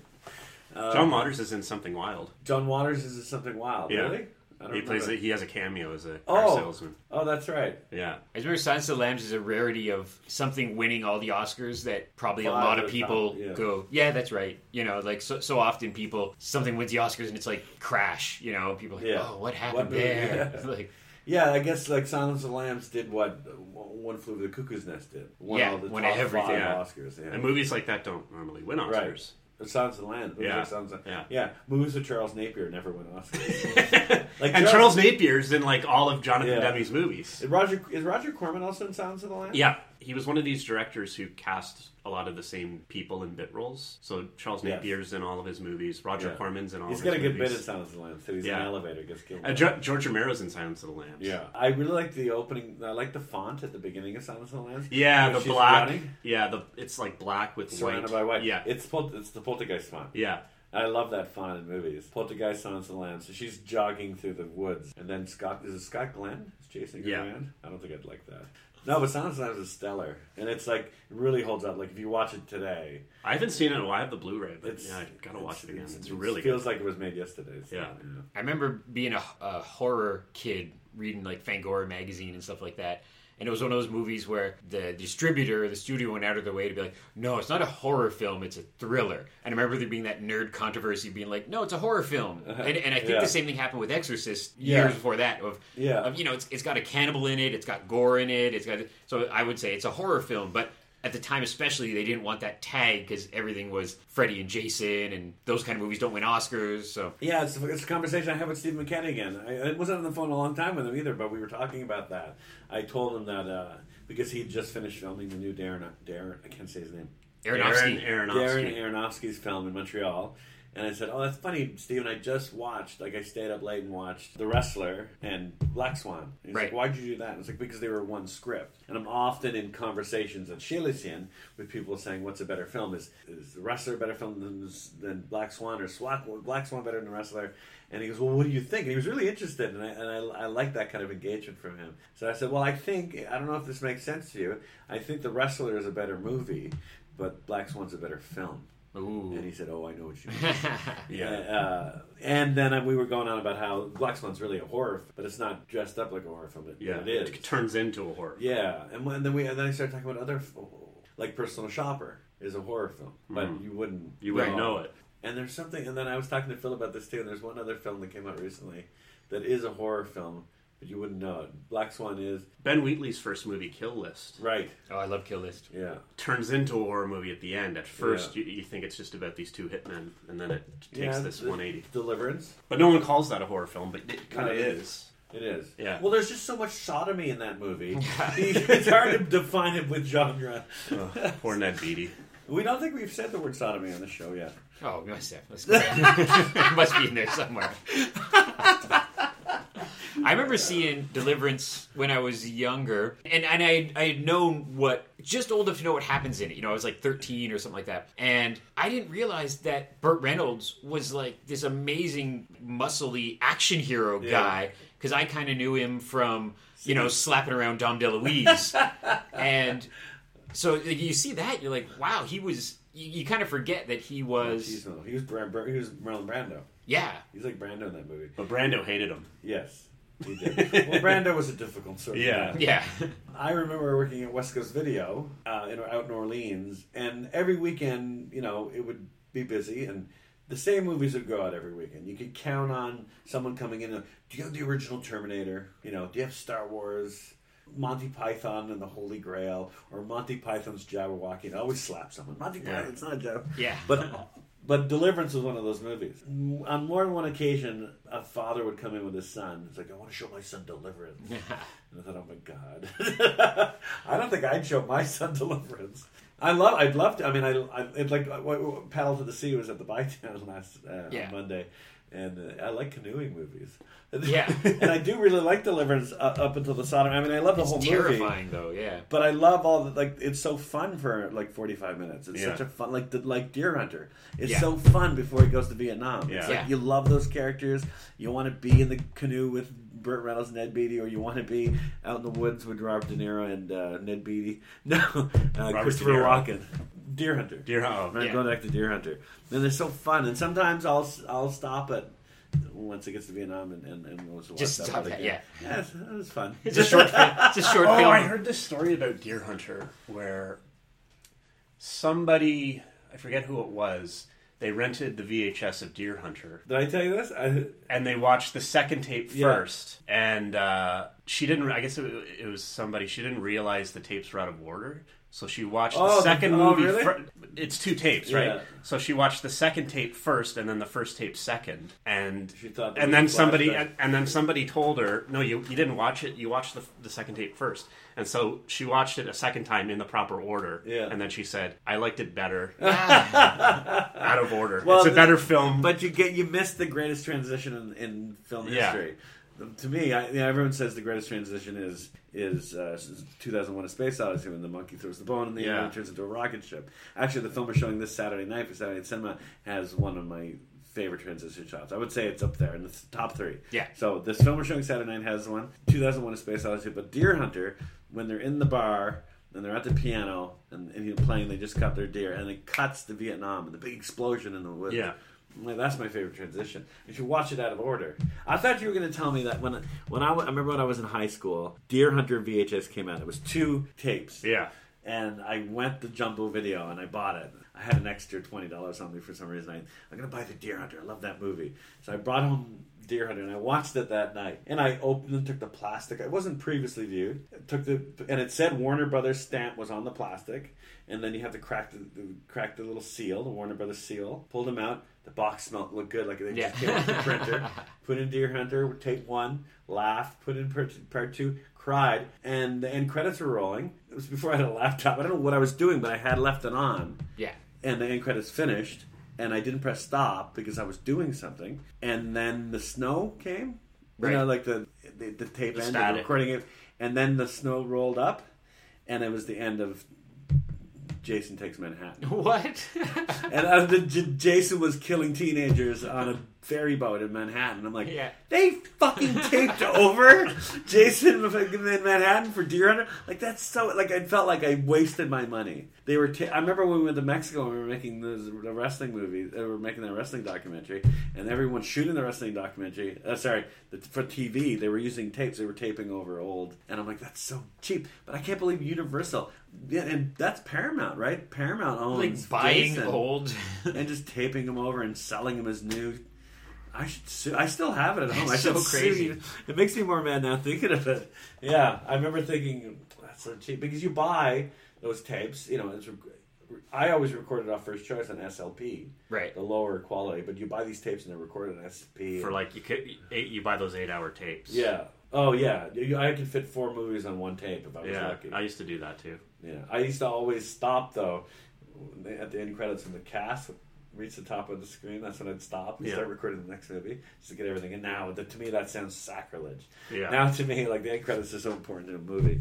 Speaker 2: Uh,
Speaker 1: John Waters is in something wild.
Speaker 2: John Waters is in something wild.
Speaker 1: Yeah.
Speaker 2: Really? I
Speaker 1: He plays
Speaker 2: remember.
Speaker 1: a, he has a cameo as a car
Speaker 2: Oh.
Speaker 1: salesman.
Speaker 2: Oh, that's right.
Speaker 1: Yeah.
Speaker 3: I just remember Silence of the Lambs is a rarity of something winning all the Oscars that probably a
Speaker 2: Five
Speaker 3: lot
Speaker 2: out
Speaker 3: of
Speaker 2: of
Speaker 3: people
Speaker 2: five, yeah.
Speaker 3: go, yeah, that's right. You know, like so, so often people, something wins the Oscars and it's like Crash, you know, people are like,
Speaker 2: Yeah.
Speaker 3: oh, what
Speaker 2: What
Speaker 3: happened
Speaker 2: movie?
Speaker 3: there?
Speaker 2: Yeah.
Speaker 3: It's like,
Speaker 2: Yeah, I guess like Silence of the Lambs did what uh, One Flew Over the Cuckoo's Nest did. Won
Speaker 3: Yeah,
Speaker 2: all the
Speaker 3: won
Speaker 2: top
Speaker 3: everything.
Speaker 2: five
Speaker 1: Yeah.
Speaker 2: Oscars. Yeah.
Speaker 1: And movies like that don't normally win Oscars.
Speaker 2: right. The Silence of the Lambs. movies
Speaker 1: Yeah.
Speaker 2: like Silence of-
Speaker 1: Yeah.
Speaker 2: Movies with Charles Napier never won Oscars. like
Speaker 1: And Charles Napier's in like all of Jonathan
Speaker 2: Yeah.
Speaker 1: Demi's movies.
Speaker 2: Is Roger is Roger Corman also in Silence of the Lambs?
Speaker 1: Yeah, he was one of these directors who cast a lot of the same people in bit roles. So Charles
Speaker 2: Yes.
Speaker 1: Napier's in all of his movies. Roger
Speaker 2: Yeah.
Speaker 1: Corman's in all
Speaker 2: He's
Speaker 1: of
Speaker 2: got
Speaker 1: his
Speaker 2: a
Speaker 1: movies.
Speaker 2: good bit of Silence of the Lambs. So he's in
Speaker 1: Yeah.
Speaker 2: an elevator, gets killed.
Speaker 1: Uh, Ge- George Romero's in Silence of the Lambs.
Speaker 2: yeah, I really like the opening. I like the font at the beginning of Silence of the Lambs.
Speaker 1: Yeah,
Speaker 2: Where
Speaker 1: the
Speaker 2: she's
Speaker 1: black.
Speaker 2: running,
Speaker 1: Yeah, the it's like black with white.
Speaker 2: surrounded by white.
Speaker 1: Yeah,
Speaker 2: it's Pol- it's the Poltergeist font.
Speaker 1: yeah.
Speaker 2: I love that font in movies. Poltergeist, Silence of the Lambs. So she's jogging through the woods, and then Scott is it Scott Glenn is chasing her
Speaker 1: Yeah.
Speaker 2: around. I don't think I'd like that. No, but Silence of the Lambs is stellar, and it's like it really holds up. Like if you watch it today,
Speaker 1: I haven't seen it. in a while. I have the Blu-ray, but
Speaker 2: it's
Speaker 1: yeah, I gotta
Speaker 2: it's-
Speaker 1: watch it again. It's,
Speaker 2: it
Speaker 1: really
Speaker 2: feels like it was made yesterday. so,
Speaker 1: Yeah.
Speaker 3: I remember being a, a horror kid reading like Fangora magazine and stuff like that. And it was one of those movies where the distributor, or the studio went out of their way to be like, no, it's not a horror film, it's a thriller. And I remember there being that nerd controversy being like, no, it's a horror film. And, and I think
Speaker 2: Yeah.
Speaker 3: the same thing happened with Exorcist
Speaker 2: Yeah.
Speaker 3: years before that of,
Speaker 2: Yeah.
Speaker 3: of, you know, it's, it's got a cannibal in it, it's got gore in it, it's got, so I would say it's a horror film, but at the time especially they didn't want that tag because everything was freddy and jason and those kind of movies don't win oscars so
Speaker 2: Yeah, it's, it's a conversation I had with Steve McKenna again. I, I wasn't on the phone a long time with him either, but we were talking about that. I told him that uh, because he just finished filming the new Darren, Darren, I can't say his name,
Speaker 3: Aronofsky.
Speaker 1: Darren
Speaker 2: Darren
Speaker 1: Aronofsky.
Speaker 2: Aronofsky's film in Montreal. And I said, "Oh, that's funny, Steve." And I just watched, like, I stayed up late and watched The Wrestler and Black Swan. And he's
Speaker 3: Right.
Speaker 2: like, "Why'd you do that?" And it's like because they were one script. And I'm often in conversations at Shilisian with people saying, "What's a better film? Is is The Wrestler a better film than than Black Swan, or Swat, Black Swan better than The Wrestler?" And he goes, "Well, what do you think?" And he was really interested, and I and I, I like that kind of engagement from him. So I said, "Well, I think I don't know if this makes sense to you. I think The Wrestler is a better movie." But Black Swan's a better film. And
Speaker 3: Ooh.
Speaker 2: he said, "Oh, I know what you mean." yeah. Uh, and then uh, we were going on about how Black Swan's really a horror, f- but it's not dressed up like a horror film. It,
Speaker 1: Yeah,
Speaker 2: it is.
Speaker 1: it turns into a horror.
Speaker 2: yeah. And, when, then we and then I started talking about other, f- like Personal Shopper is a horror film, but you wouldn't
Speaker 1: Mm-hmm. You wouldn't
Speaker 3: Right.
Speaker 1: know it.
Speaker 2: And there's something. And then I was talking to Phil about this too. And there's one other film that came out recently that is a horror film, but you wouldn't know it. Black Swan is
Speaker 1: Ben Wheatley's first movie, Kill List,
Speaker 2: right.
Speaker 3: oh i love kill list
Speaker 2: Yeah.
Speaker 1: turns into a horror movie at the end. At first,
Speaker 2: Yeah.
Speaker 1: you, you think it's just about these two hitmen, and then it takes
Speaker 2: yeah,
Speaker 1: this
Speaker 2: the-
Speaker 1: 180.
Speaker 2: Deliverance.
Speaker 1: But no one calls that a horror film, but it kind
Speaker 2: No,
Speaker 1: of
Speaker 2: it
Speaker 1: is.
Speaker 2: It is.
Speaker 1: Yeah.
Speaker 2: Well, there's just so much sodomy in that movie. it's hard to define it with genre.
Speaker 1: Poor Ned Beatty.
Speaker 2: We don't think we've said the word sodomy on the show yet.
Speaker 3: oh must have must be, it must be in there somewhere i remember seeing deliverance when i was younger and, and I, I had known what just old enough to know what happens in it you know i was like 13 or something like that and i didn't realize that burt reynolds was like this amazing muscly action hero guy because i kind of knew him from you know slapping around dom deluise and so like, you see that you're like wow he was you, you kind of forget that he
Speaker 2: Jeez,
Speaker 3: was
Speaker 2: no, uh, he was Bra- Bra- he was Marlon Brando.
Speaker 3: yeah
Speaker 2: He's like Brando in that movie.
Speaker 1: But Brando hated him.
Speaker 2: Yes, he did. well, Brando was a difficult sort. of
Speaker 1: Yeah.
Speaker 2: guy.
Speaker 3: yeah
Speaker 2: I remember working at West Coast Video uh, in, out in Orleans, and every weekend, you know, it would be busy, and the same movies would go out every weekend. You could count on someone coming in. and, Do you have the original Terminator? You know, do you have Star Wars? Monty Python and the Holy Grail, or Monty Python's Jabberwocky. And I always slap someone. Monty Python, it's not a job.
Speaker 3: Yeah.
Speaker 2: But but Deliverance was one of those movies. M- On more than one occasion, a father would come in with his son. It's like, I want to show my son Deliverance. and I thought, oh my god, I don't think I'd show my son Deliverance. I love. I'd love to. I mean, I. I it's like uh, what- what- Paddle to the Sea was at the Bytown last uh,
Speaker 3: Yeah.
Speaker 2: on Monday, and uh, I like canoeing movies.
Speaker 3: Yeah.
Speaker 2: and I do really like Deliverance uh, up until the Sodom. I mean, I love the whole movie.
Speaker 3: terrifying though yeah
Speaker 2: But I love all the like. It's so fun for like forty five minutes. It's
Speaker 1: Yeah.
Speaker 2: such a fun like the, like Deer Hunter. It's
Speaker 3: Yeah.
Speaker 2: so fun before he goes to Vietnam.
Speaker 1: Yeah.
Speaker 2: It's like
Speaker 3: Yeah.
Speaker 2: you love those characters. You want to be in the canoe with Burt Reynolds and Ned Beatty, or you want to be out in the woods with Robert De Niro and uh, Ned Beatty. No, uh, Christopher
Speaker 1: Niro.
Speaker 2: Walken. Deer Hunter.
Speaker 1: Dear, oh,
Speaker 2: I'm
Speaker 3: Yeah.
Speaker 2: going back to Deer Hunter. And they're so fun. And sometimes I'll I'll stop at once it gets to Vietnam and and, and we'll
Speaker 3: Just
Speaker 2: watch
Speaker 3: stop
Speaker 2: that.
Speaker 3: that,
Speaker 2: again. yeah, it's, it's fun.
Speaker 3: it's a short film it's a short
Speaker 1: Oh,
Speaker 3: film
Speaker 1: I heard this story about Deer Hunter where somebody, I forget who it was, they rented the VHS of Deer Hunter
Speaker 2: Did I tell you this? I,
Speaker 1: and they watched the second tape
Speaker 2: Yeah.
Speaker 1: first. And uh, she didn't, I guess it, it was somebody, she didn't realize the tapes were out of order. So she watched
Speaker 2: Oh,
Speaker 1: the
Speaker 2: the-
Speaker 1: second
Speaker 2: oh,
Speaker 1: movie.
Speaker 2: really?
Speaker 1: fir- it's two tapes,
Speaker 2: Yeah.
Speaker 1: right? So she watched the second tape first, and then the first tape second, and
Speaker 2: She thought that
Speaker 1: and
Speaker 2: was
Speaker 1: then
Speaker 2: a
Speaker 1: somebody
Speaker 2: flashback.
Speaker 1: and, and then somebody told her, no, you, you didn't watch it. You watched the, the second tape first, and so she watched it a second time in the proper order.
Speaker 2: Yeah.
Speaker 1: and then she said, I liked it better out of order.
Speaker 2: Well,
Speaker 1: it's a
Speaker 2: the-
Speaker 1: better film,
Speaker 2: But you get you miss the greatest transition in, in film
Speaker 1: Mm-hmm. Yeah.
Speaker 2: history. Um, To me, I, you know, everyone says the greatest transition is is uh, 2001: A Space Odyssey when the monkey throws the bone and the
Speaker 1: Yeah.
Speaker 2: alien turns into a rocket ship. Actually, the film we're showing this Saturday night for Saturday Night Cinema has one of my favorite transition shots. I would say it's up there in the th- top three.
Speaker 3: Yeah.
Speaker 2: So this film we're showing Saturday night has one. 2001: A Space Odyssey, but Deer Hunter when they're in the bar. And they're at the piano, and, and he's playing. They just cut their deer, and it cuts to Vietnam and the big explosion in the woods.
Speaker 1: Yeah.
Speaker 2: Well, that's my favorite transition. You should watch it out of order. I thought you were going to tell me that when when I, w- I remember when I was in high school, Deer Hunter VHS came out. It was two tapes.
Speaker 1: Yeah.
Speaker 2: And I went to Jumbo Video and I bought it. I had an extra twenty dollars on me for some reason. I, I'm going to buy the Deer Hunter. I love that movie. So I brought home Deer Hunter and I watched it that night. And I opened and took the plastic. It wasn't previously viewed. I took the and it said Warner Brothers stamp was on the plastic. And then you have to crack the, the crack the little seal, the Warner Brothers seal. Pulled them out. The box smelled looked good, like they just
Speaker 3: Yeah.
Speaker 2: came out of the printer. Put in Deer Hunter, tape one, laughed. Put in part, part two, cried, and the end credits were rolling. It was before I had a laptop. I don't know what I was doing, but I had left it on.
Speaker 3: Yeah.
Speaker 2: And the end credits finished, and I didn't press stop because I was doing something. And then the snow came.
Speaker 3: Right.
Speaker 2: You know, like the the, the tape ended,
Speaker 3: static.
Speaker 2: recording it, and then the snow rolled up, and it was the end of Jason Takes Manhattan.
Speaker 3: What?
Speaker 2: And uh, the, J- Jason was killing teenagers on a ferry boat in Manhattan. I'm like,
Speaker 3: Yeah.
Speaker 2: they fucking taped over Jason in Manhattan for Deer Hunter. Like that's so. Like I felt like I wasted my money. They were. Ta- I remember when we went to Mexico and we were making those- the wrestling movie. They were making the wrestling documentary, and everyone shooting the wrestling documentary. Uh, sorry, the, for TV, they were using tapes. They were taping over old, and I'm like, that's so cheap. But I can't believe Universal. Yeah, and that's Paramount, right? Paramount owns
Speaker 3: like buying
Speaker 2: Jason
Speaker 3: old.
Speaker 2: and just taping them over and selling them as new. I should sue. I still have it at home. I
Speaker 3: That's
Speaker 2: should
Speaker 3: so crazy.
Speaker 2: Sue. you. It makes me more mad now thinking of it. Yeah, I remember thinking that's so cheap because you buy those tapes. You know, it's, I always recorded off first choice on SLP,
Speaker 3: Right.
Speaker 2: The lower quality, but you buy these tapes and they're recorded on SP
Speaker 1: For like you could eight, you buy those eight hour tapes.
Speaker 2: Yeah. Oh yeah, You- I could fit four movies on one tape if I was
Speaker 1: Yeah.
Speaker 2: lucky.
Speaker 1: I used to do that too.
Speaker 2: Yeah, I used to always stop though at the end credits when the cast would reach the top of the screen. That's when I'd stop and
Speaker 1: Yeah.
Speaker 2: start recording the next movie just to get everything. And now, to me, that sounds sacrilege.
Speaker 1: Yeah.
Speaker 2: Now to me, like the end credits are so important in a movie,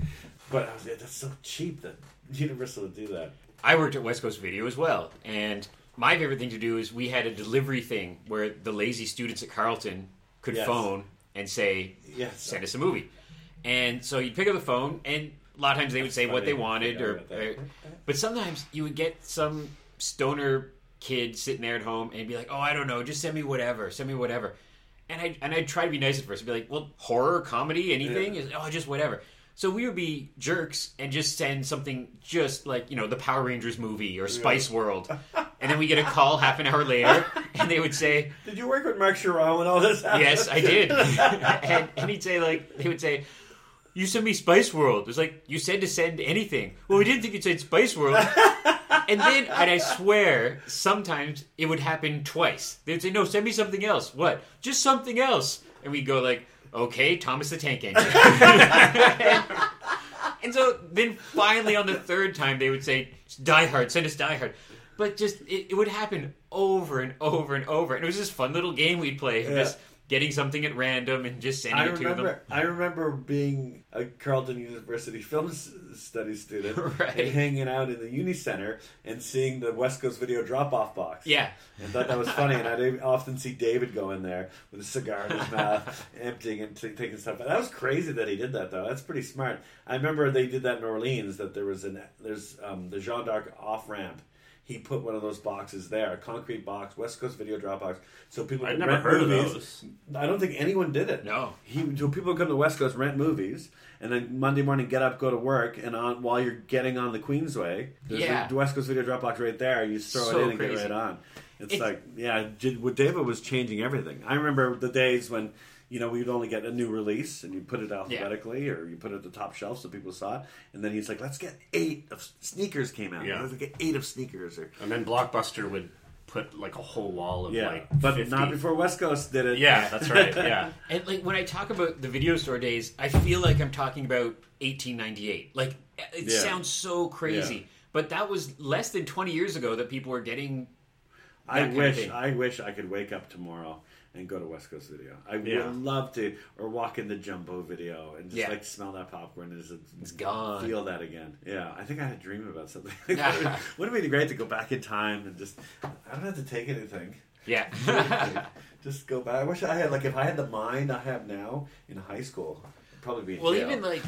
Speaker 2: but I was like, that's so cheap that Universal would do that.
Speaker 3: I worked at West Coast Video as well, and my favorite thing to do is we had a delivery thing where the lazy students at Carleton could
Speaker 2: Yes.
Speaker 3: phone and say,
Speaker 2: Yes.
Speaker 3: "Send us a movie," and so you'd pick up the phone, and a lot of times they would say what they
Speaker 2: funny.
Speaker 3: wanted,
Speaker 2: Yeah,
Speaker 3: or,
Speaker 2: yeah, that-
Speaker 3: or- but sometimes you would get some stoner kid sitting there at home and be like, "Oh, I don't know, just send me whatever, send me whatever," and I and I'd try to be nice at first, be like, "Well, horror, comedy, anything," Is oh, just whatever. So we would be jerks and just send something just like, you know, the Power Rangers movie or Spice World. And then we get a call half an hour later and they would say,
Speaker 2: Did you work with Mark Sharon when all this happened?
Speaker 3: Yes, I did. and, and he'd say, like, they would say, You sent me Spice World. It was like, You said to send anything. Well, we didn't think you'd send Spice World. and then, and I swear, sometimes it would happen twice. They'd say, No, send me something else. What? Just something else. And we'd go, like, Okay, Thomas the Tank Engine. And so then finally on the third time they would say, Die Hard, send us Die Hard. But just it, it would happen over and over and over. And it was this fun little game we'd play of
Speaker 2: Yeah.
Speaker 3: just getting something at random and just sending
Speaker 2: I
Speaker 3: it to them.
Speaker 2: remember. I remember being a Carleton University film s- studies student
Speaker 3: Right.
Speaker 2: and hanging out in the uni center and seeing the West Coast Video drop-off box.
Speaker 3: Yeah.
Speaker 2: and thought that was funny. And I'd often see David go in there with a cigar in his mouth, emptying and t- taking stuff. That was crazy that he did that, though. That's pretty smart. I remember they did that in Orleans. That there was an there's um, the Jean d'Arc off ramp. He put one of those boxes there, a concrete box, West Coast Video drop box, so people.
Speaker 1: I'd
Speaker 2: could
Speaker 1: never
Speaker 2: rent
Speaker 1: heard of
Speaker 2: movies.
Speaker 1: those.
Speaker 2: I don't think anyone did it.
Speaker 3: No.
Speaker 2: He, so people come to West Coast, rent movies, and then Monday morning get up, go to work, and on while you're getting on the Queensway, there's
Speaker 3: Yeah.
Speaker 2: the West Coast Video Dropbox right there. You throw
Speaker 3: So
Speaker 2: it in and
Speaker 3: crazy.
Speaker 2: get right on. It's,
Speaker 3: It's-
Speaker 2: like, yeah, J- what David was changing everything. I remember the days when, you know, we'd only get a new release and you put it alphabetically or you put it at the top shelf so people saw it. And then he's like, let's get eight of sneakers came out.
Speaker 1: Yeah.
Speaker 2: Let's get eight of sneakers. Or,
Speaker 1: And then Blockbuster would put like a whole wall of
Speaker 2: yeah.
Speaker 1: like
Speaker 2: but
Speaker 1: 50.
Speaker 2: not before West Coast did it.
Speaker 1: Yeah, that's right. Yeah.
Speaker 3: And like when I talk about the video store days, I feel like I'm talking about 1898. Like it
Speaker 2: Yeah.
Speaker 3: sounds so crazy.
Speaker 2: Yeah.
Speaker 3: But that was less than 20 years ago that people were getting
Speaker 2: I
Speaker 3: kind of
Speaker 2: wish
Speaker 3: thing.
Speaker 2: I wish I could wake up tomorrow and go to West Coast Video. I
Speaker 1: Yeah.
Speaker 2: would love to, or walk in the Jumbo Video and just
Speaker 3: Yeah.
Speaker 2: like smell that popcorn and just
Speaker 3: It's gone.
Speaker 2: feel that again. Yeah, I think I had a dream about something. like that. Wouldn't it be great to go back in time and just I don't have to take anything.
Speaker 3: Yeah.
Speaker 2: just go back. I wish I had like if I had the mind I have now in high school, I'd probably be in
Speaker 3: Well,
Speaker 2: jail.
Speaker 3: even like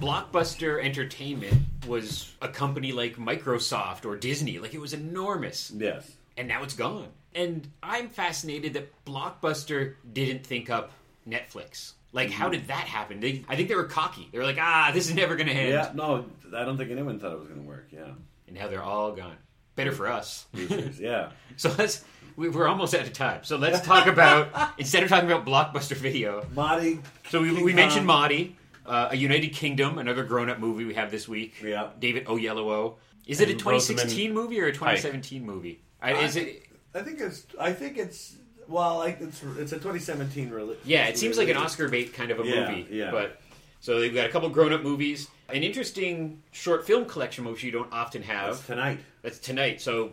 Speaker 3: Blockbuster Entertainment was a company like Microsoft or Disney. Like it was enormous.
Speaker 2: yes.
Speaker 3: and now it's gone. And I'm fascinated that Blockbuster didn't think up Netflix. Like, how
Speaker 2: Mm-hmm.
Speaker 3: did that happen? They, I think they were cocky. They were like, ah, this is never going to end.
Speaker 2: Yeah, no, I don't think anyone thought it was going to work. Yeah,
Speaker 3: And now they're all gone. Better for us.
Speaker 2: Losers, yeah.
Speaker 3: So let's, we- we're almost out of time. So let's talk about, instead of talking about Blockbuster Video,
Speaker 2: Marty.
Speaker 3: So we,
Speaker 2: Um,
Speaker 3: we mentioned Maudie, uh, a United Kingdom, another grown-up movie we have this week.
Speaker 2: Yeah.
Speaker 3: David Oyelowo. Is it a
Speaker 1: And
Speaker 3: 2016 movie or a 2017 movie? I, is it?
Speaker 2: I think it's. I think it's. Well, like it's. It's a 2017 release.
Speaker 3: Yeah, it seems like an Oscar bait kind of a
Speaker 2: Yeah,
Speaker 3: movie.
Speaker 2: yeah.
Speaker 3: But so they've got a couple grown-up movies, an interesting short film collection, which you don't often have.
Speaker 2: That's tonight.
Speaker 3: That's tonight. So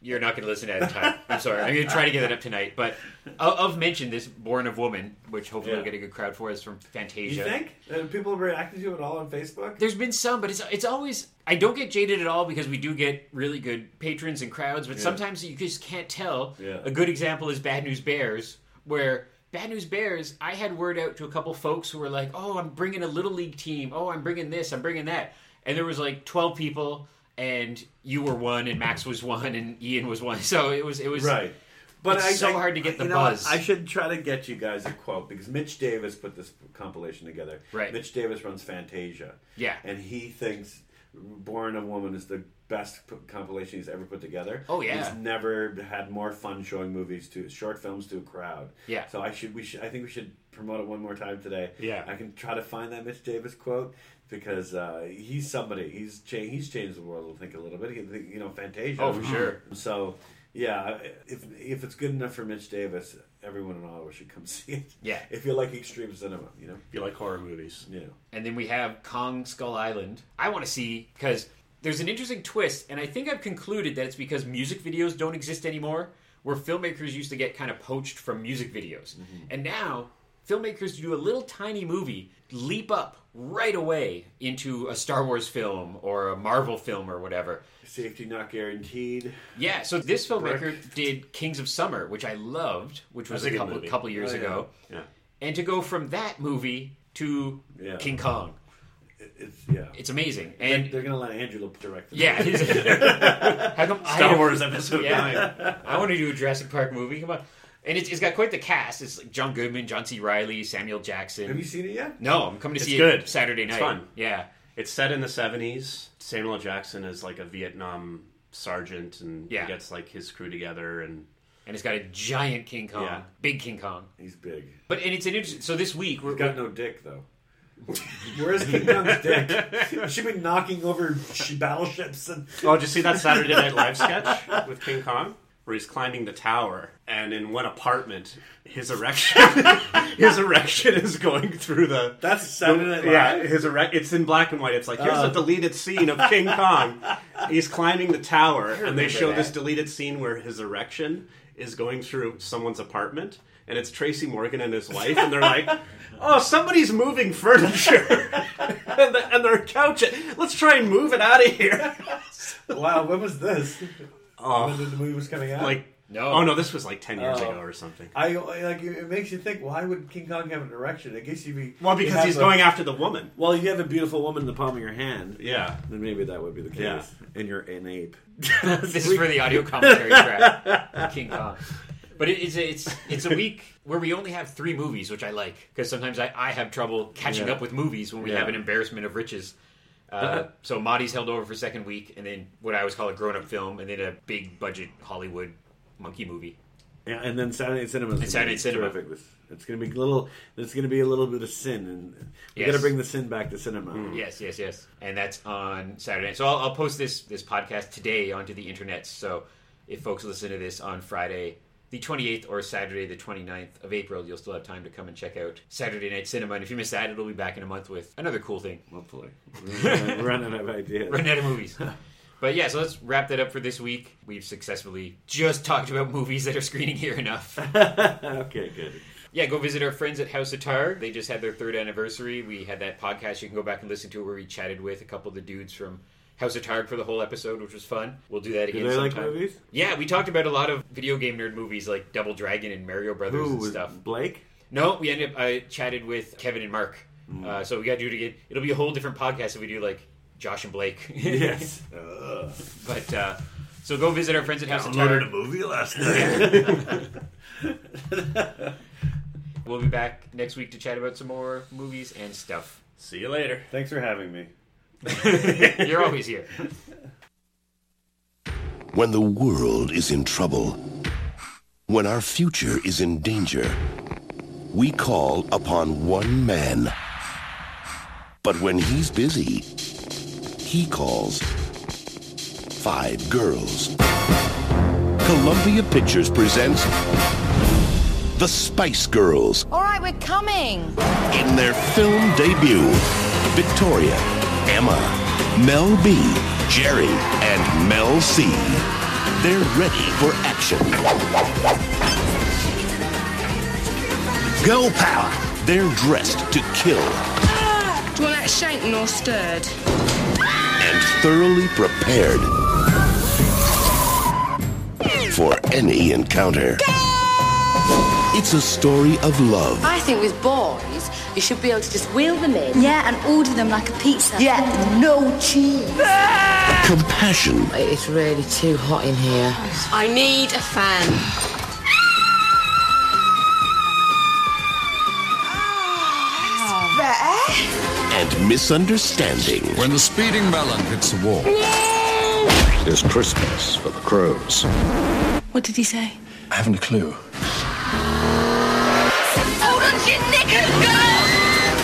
Speaker 3: you're not going to listen at a time. I'm sorry. I'm going to try to get that up tonight. But of of mention, this Born of Woman, which hopefully
Speaker 2: Yeah.
Speaker 3: we'll get a good crowd for, is from Fantasia.
Speaker 2: You think uh, people reacted to it all on Facebook?
Speaker 3: There's been some, but it's it's always I don't get jaded at all because we do get really good patrons and crowds, but sometimes you just can't tell.
Speaker 2: Yeah.
Speaker 3: A good example is Bad News Bears, where Bad News Bears, I had word out to a couple folks who were like, "Oh, I'm bringing a little league team. Oh, I'm bringing this. I'm bringing that." And there was like 12 people, and you were one, and Max was one, and Ian was one. So it was it was
Speaker 2: Right. But
Speaker 3: It's
Speaker 2: I,
Speaker 3: so
Speaker 2: I-
Speaker 3: hard to get the
Speaker 2: you know what?
Speaker 3: buzz.
Speaker 2: I should try to get you guys a quote because Mitch Davis put this compilation together.
Speaker 3: Right.
Speaker 2: Mitch Davis runs Fantasia.
Speaker 3: Yeah.
Speaker 2: And he thinks Born a Woman is the best p- compilation he's ever put together.
Speaker 3: Oh, yeah.
Speaker 2: He's never had more fun showing movies to short films to a crowd.
Speaker 3: Yeah.
Speaker 2: So I should we should I think we should promote it one more time today.
Speaker 1: Yeah.
Speaker 2: I can try to find that Mitch Davis quote because uh, he's somebody. He's cha- he's changed the world. I think a little bit. He, you know, Fantasia.
Speaker 3: Oh, for sure.
Speaker 2: So yeah, if if it's good enough for Mitch Davis, everyone in Ottawa should come see it.
Speaker 3: Yeah.
Speaker 2: If you like extreme cinema, you know.
Speaker 1: If you like horror movies,
Speaker 2: Yeah.
Speaker 3: and then we have Kong Skull Island. I want to see because there's an interesting twist, and I think I've concluded that it's because music videos don't exist anymore, where filmmakers used to get kind of poached from music videos,
Speaker 1: Mm-hmm.
Speaker 3: and now filmmakers do a little tiny movie, leap up right away into a Star Wars film or a Marvel film or whatever.
Speaker 2: Safety not guaranteed.
Speaker 3: Yeah, so this filmmaker did Kings of Summer, which I loved, which was
Speaker 1: That's a
Speaker 3: a
Speaker 1: good
Speaker 3: couple
Speaker 1: movie.
Speaker 3: couple years
Speaker 2: Oh, yeah.
Speaker 3: ago,
Speaker 1: yeah.
Speaker 3: and to go from that movie to
Speaker 2: Yeah.
Speaker 3: King Kong,
Speaker 2: It- It's yeah.
Speaker 3: it's amazing.
Speaker 2: They're-
Speaker 3: And
Speaker 2: they're gonna let Angela direct. Them.
Speaker 3: Yeah. he's- How come I
Speaker 1: Star
Speaker 3: have-
Speaker 1: Wars Episode Nine.
Speaker 3: Yeah. I want to do a Jurassic Park movie. Come on. And it's, it's got quite the cast. It's like John Goodman, John C. Riley, Samuel Jackson.
Speaker 2: Have you seen it yet?
Speaker 3: no, I'm coming to
Speaker 1: It's
Speaker 3: see
Speaker 1: good.
Speaker 3: it Saturday night.
Speaker 1: It's fun.
Speaker 3: Yeah.
Speaker 1: It's set in the seventies. Samuel L. Jackson is like a Vietnam sergeant, and
Speaker 3: Yeah.
Speaker 1: he gets like his crew together, and
Speaker 3: And it's got a giant King Kong,
Speaker 1: Yeah.
Speaker 3: big King Kong.
Speaker 2: He's big.
Speaker 3: But and it's an interesting. So this week we're,
Speaker 2: He's got no dick though. Where's King Kong's dick? She'd be knocking over sh- battleships and
Speaker 1: Oh, did you see that Saturday Night Live sketch with King Kong? Where he's climbing the tower, and in one apartment, his erection, his erection is going through the.
Speaker 2: That's Saturday Night Live?
Speaker 1: Yeah, his erect. It's in black and white. It's like here's a deleted scene of King Kong. He's climbing the tower, and they show this deleted scene where his erection is going through someone's apartment, and it's Tracy Morgan and his wife, and they're like, "Oh, somebody's moving furniture, and, the, and their couch. Let's try and move it out of here."
Speaker 2: wow, when was this? when did the movie was coming out?
Speaker 1: Oh. like
Speaker 3: No.
Speaker 1: oh no this was like 10 years
Speaker 2: Oh.
Speaker 1: ago or something
Speaker 2: I I- like it it makes you think. Why would King Kong have an erection? I guess you'd be
Speaker 1: well
Speaker 2: you'd
Speaker 1: because
Speaker 2: have
Speaker 1: he's
Speaker 2: a-
Speaker 1: going after the woman
Speaker 2: Well, you have a beautiful woman in the palm of your hand.
Speaker 1: yeah
Speaker 2: Then maybe that would be the case.
Speaker 1: Yeah.
Speaker 2: And you're an ape.
Speaker 3: this is for the audio commentary track, King Kong. But it, it's it's it's a week where we only have three movies, which I like because sometimes I, I have trouble catching
Speaker 2: Yeah.
Speaker 3: up with movies when we
Speaker 2: Yeah. Uh-huh.
Speaker 3: have an embarrassment of riches. Uh, so Mahdi's held over for second week, and then what I always call a grown-up film, and then a big budget Hollywood monkey movie.
Speaker 2: Yeah, and then Saturday Night Cinema.
Speaker 3: And Saturday Night Cinema.
Speaker 2: Terrific. With- It's going to be a little. There's going to be a little bit of sin, and we
Speaker 3: Yes. Mm,
Speaker 2: got to bring the sin back to cinema.
Speaker 3: Yes, yes, yes, and that's on Saturday. night. So I'll, I'll post this this podcast today onto the internet. So if folks listen to this on Friday, the 28th, or Saturday, the 29th of April, you'll still have time to come and check out Saturday Night Cinema. And if you miss that, it'll be back in a month with another cool thing.
Speaker 2: Hopefully, we're running out of ideas.
Speaker 3: Run out of movies. But yeah, so let's wrap that up for this week. We've successfully just talked about movies that are screening here enough.
Speaker 2: okay, good.
Speaker 3: Yeah, go visit our friends at House of Tar. They just had their third anniversary. We had that podcast you can go back and listen to where we chatted with a couple of the dudes from House of Tar for the whole episode, which was fun. We'll do that
Speaker 2: Do
Speaker 3: again
Speaker 2: they like
Speaker 3: sometime.
Speaker 2: movies?
Speaker 3: Yeah, we talked about a lot of video game nerd movies like Double Dragon and Mario Brothers
Speaker 2: Who
Speaker 3: and
Speaker 2: was
Speaker 3: stuff.
Speaker 2: Blake?
Speaker 3: No, we ended up I chatted with Kevin and Mark.
Speaker 2: Hmm.
Speaker 3: Uh, so we got to do it again. It'll be a whole different podcast if we do like Josh and Blake.
Speaker 2: Yes. Ugh.
Speaker 3: But uh, So go visit our friends at House of
Speaker 6: Downloaded a
Speaker 3: Terror.
Speaker 6: movie last night.
Speaker 3: We'll be back next week to chat about some more movies and stuff.
Speaker 1: See you later.
Speaker 2: Thanks for having me.
Speaker 3: You're always here.
Speaker 7: When the world is in trouble, when our future is in danger, we call upon one man. But when he's busy, he calls five girls. Columbia Pictures presents The Spice Girls
Speaker 8: All right, we're coming.
Speaker 7: in their film debut. Victoria, Emma, Mel B, Jerry, and Mel C. They're ready for action. Girl power! They're dressed to kill
Speaker 9: Do you want that shanked nor stirred?
Speaker 7: and thoroughly prepared for any encounter. It's a story of love,
Speaker 9: I think with boys, you should be able to just wheel them in.
Speaker 8: Yeah, and order them like a pizza.
Speaker 9: Yeah, no cheese.
Speaker 7: compassion,
Speaker 9: It's really too hot in here. I need a fan.
Speaker 7: and misunderstanding.
Speaker 10: When the speeding melon hits the wall,
Speaker 11: It's Christmas for the crows.
Speaker 9: What did he say?
Speaker 10: I haven't a clue.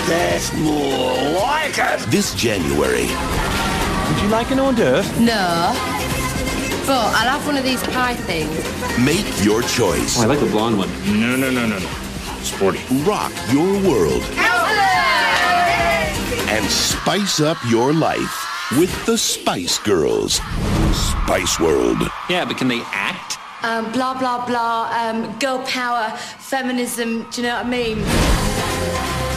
Speaker 7: That's more like it. This January,
Speaker 10: Would you like an hors d'oeuvre?
Speaker 9: No. But I'll have one of these pie things.
Speaker 7: make your choice.
Speaker 6: Oh, like the blonde one.
Speaker 11: No, no, no, no, no. Sporty.
Speaker 7: Rock your world and spice up your life with the Spice Girls. Spice World.
Speaker 6: Yeah, but can they act?
Speaker 9: Um, blah, blah, blah. Um, girl power, feminism. Do you know what I mean?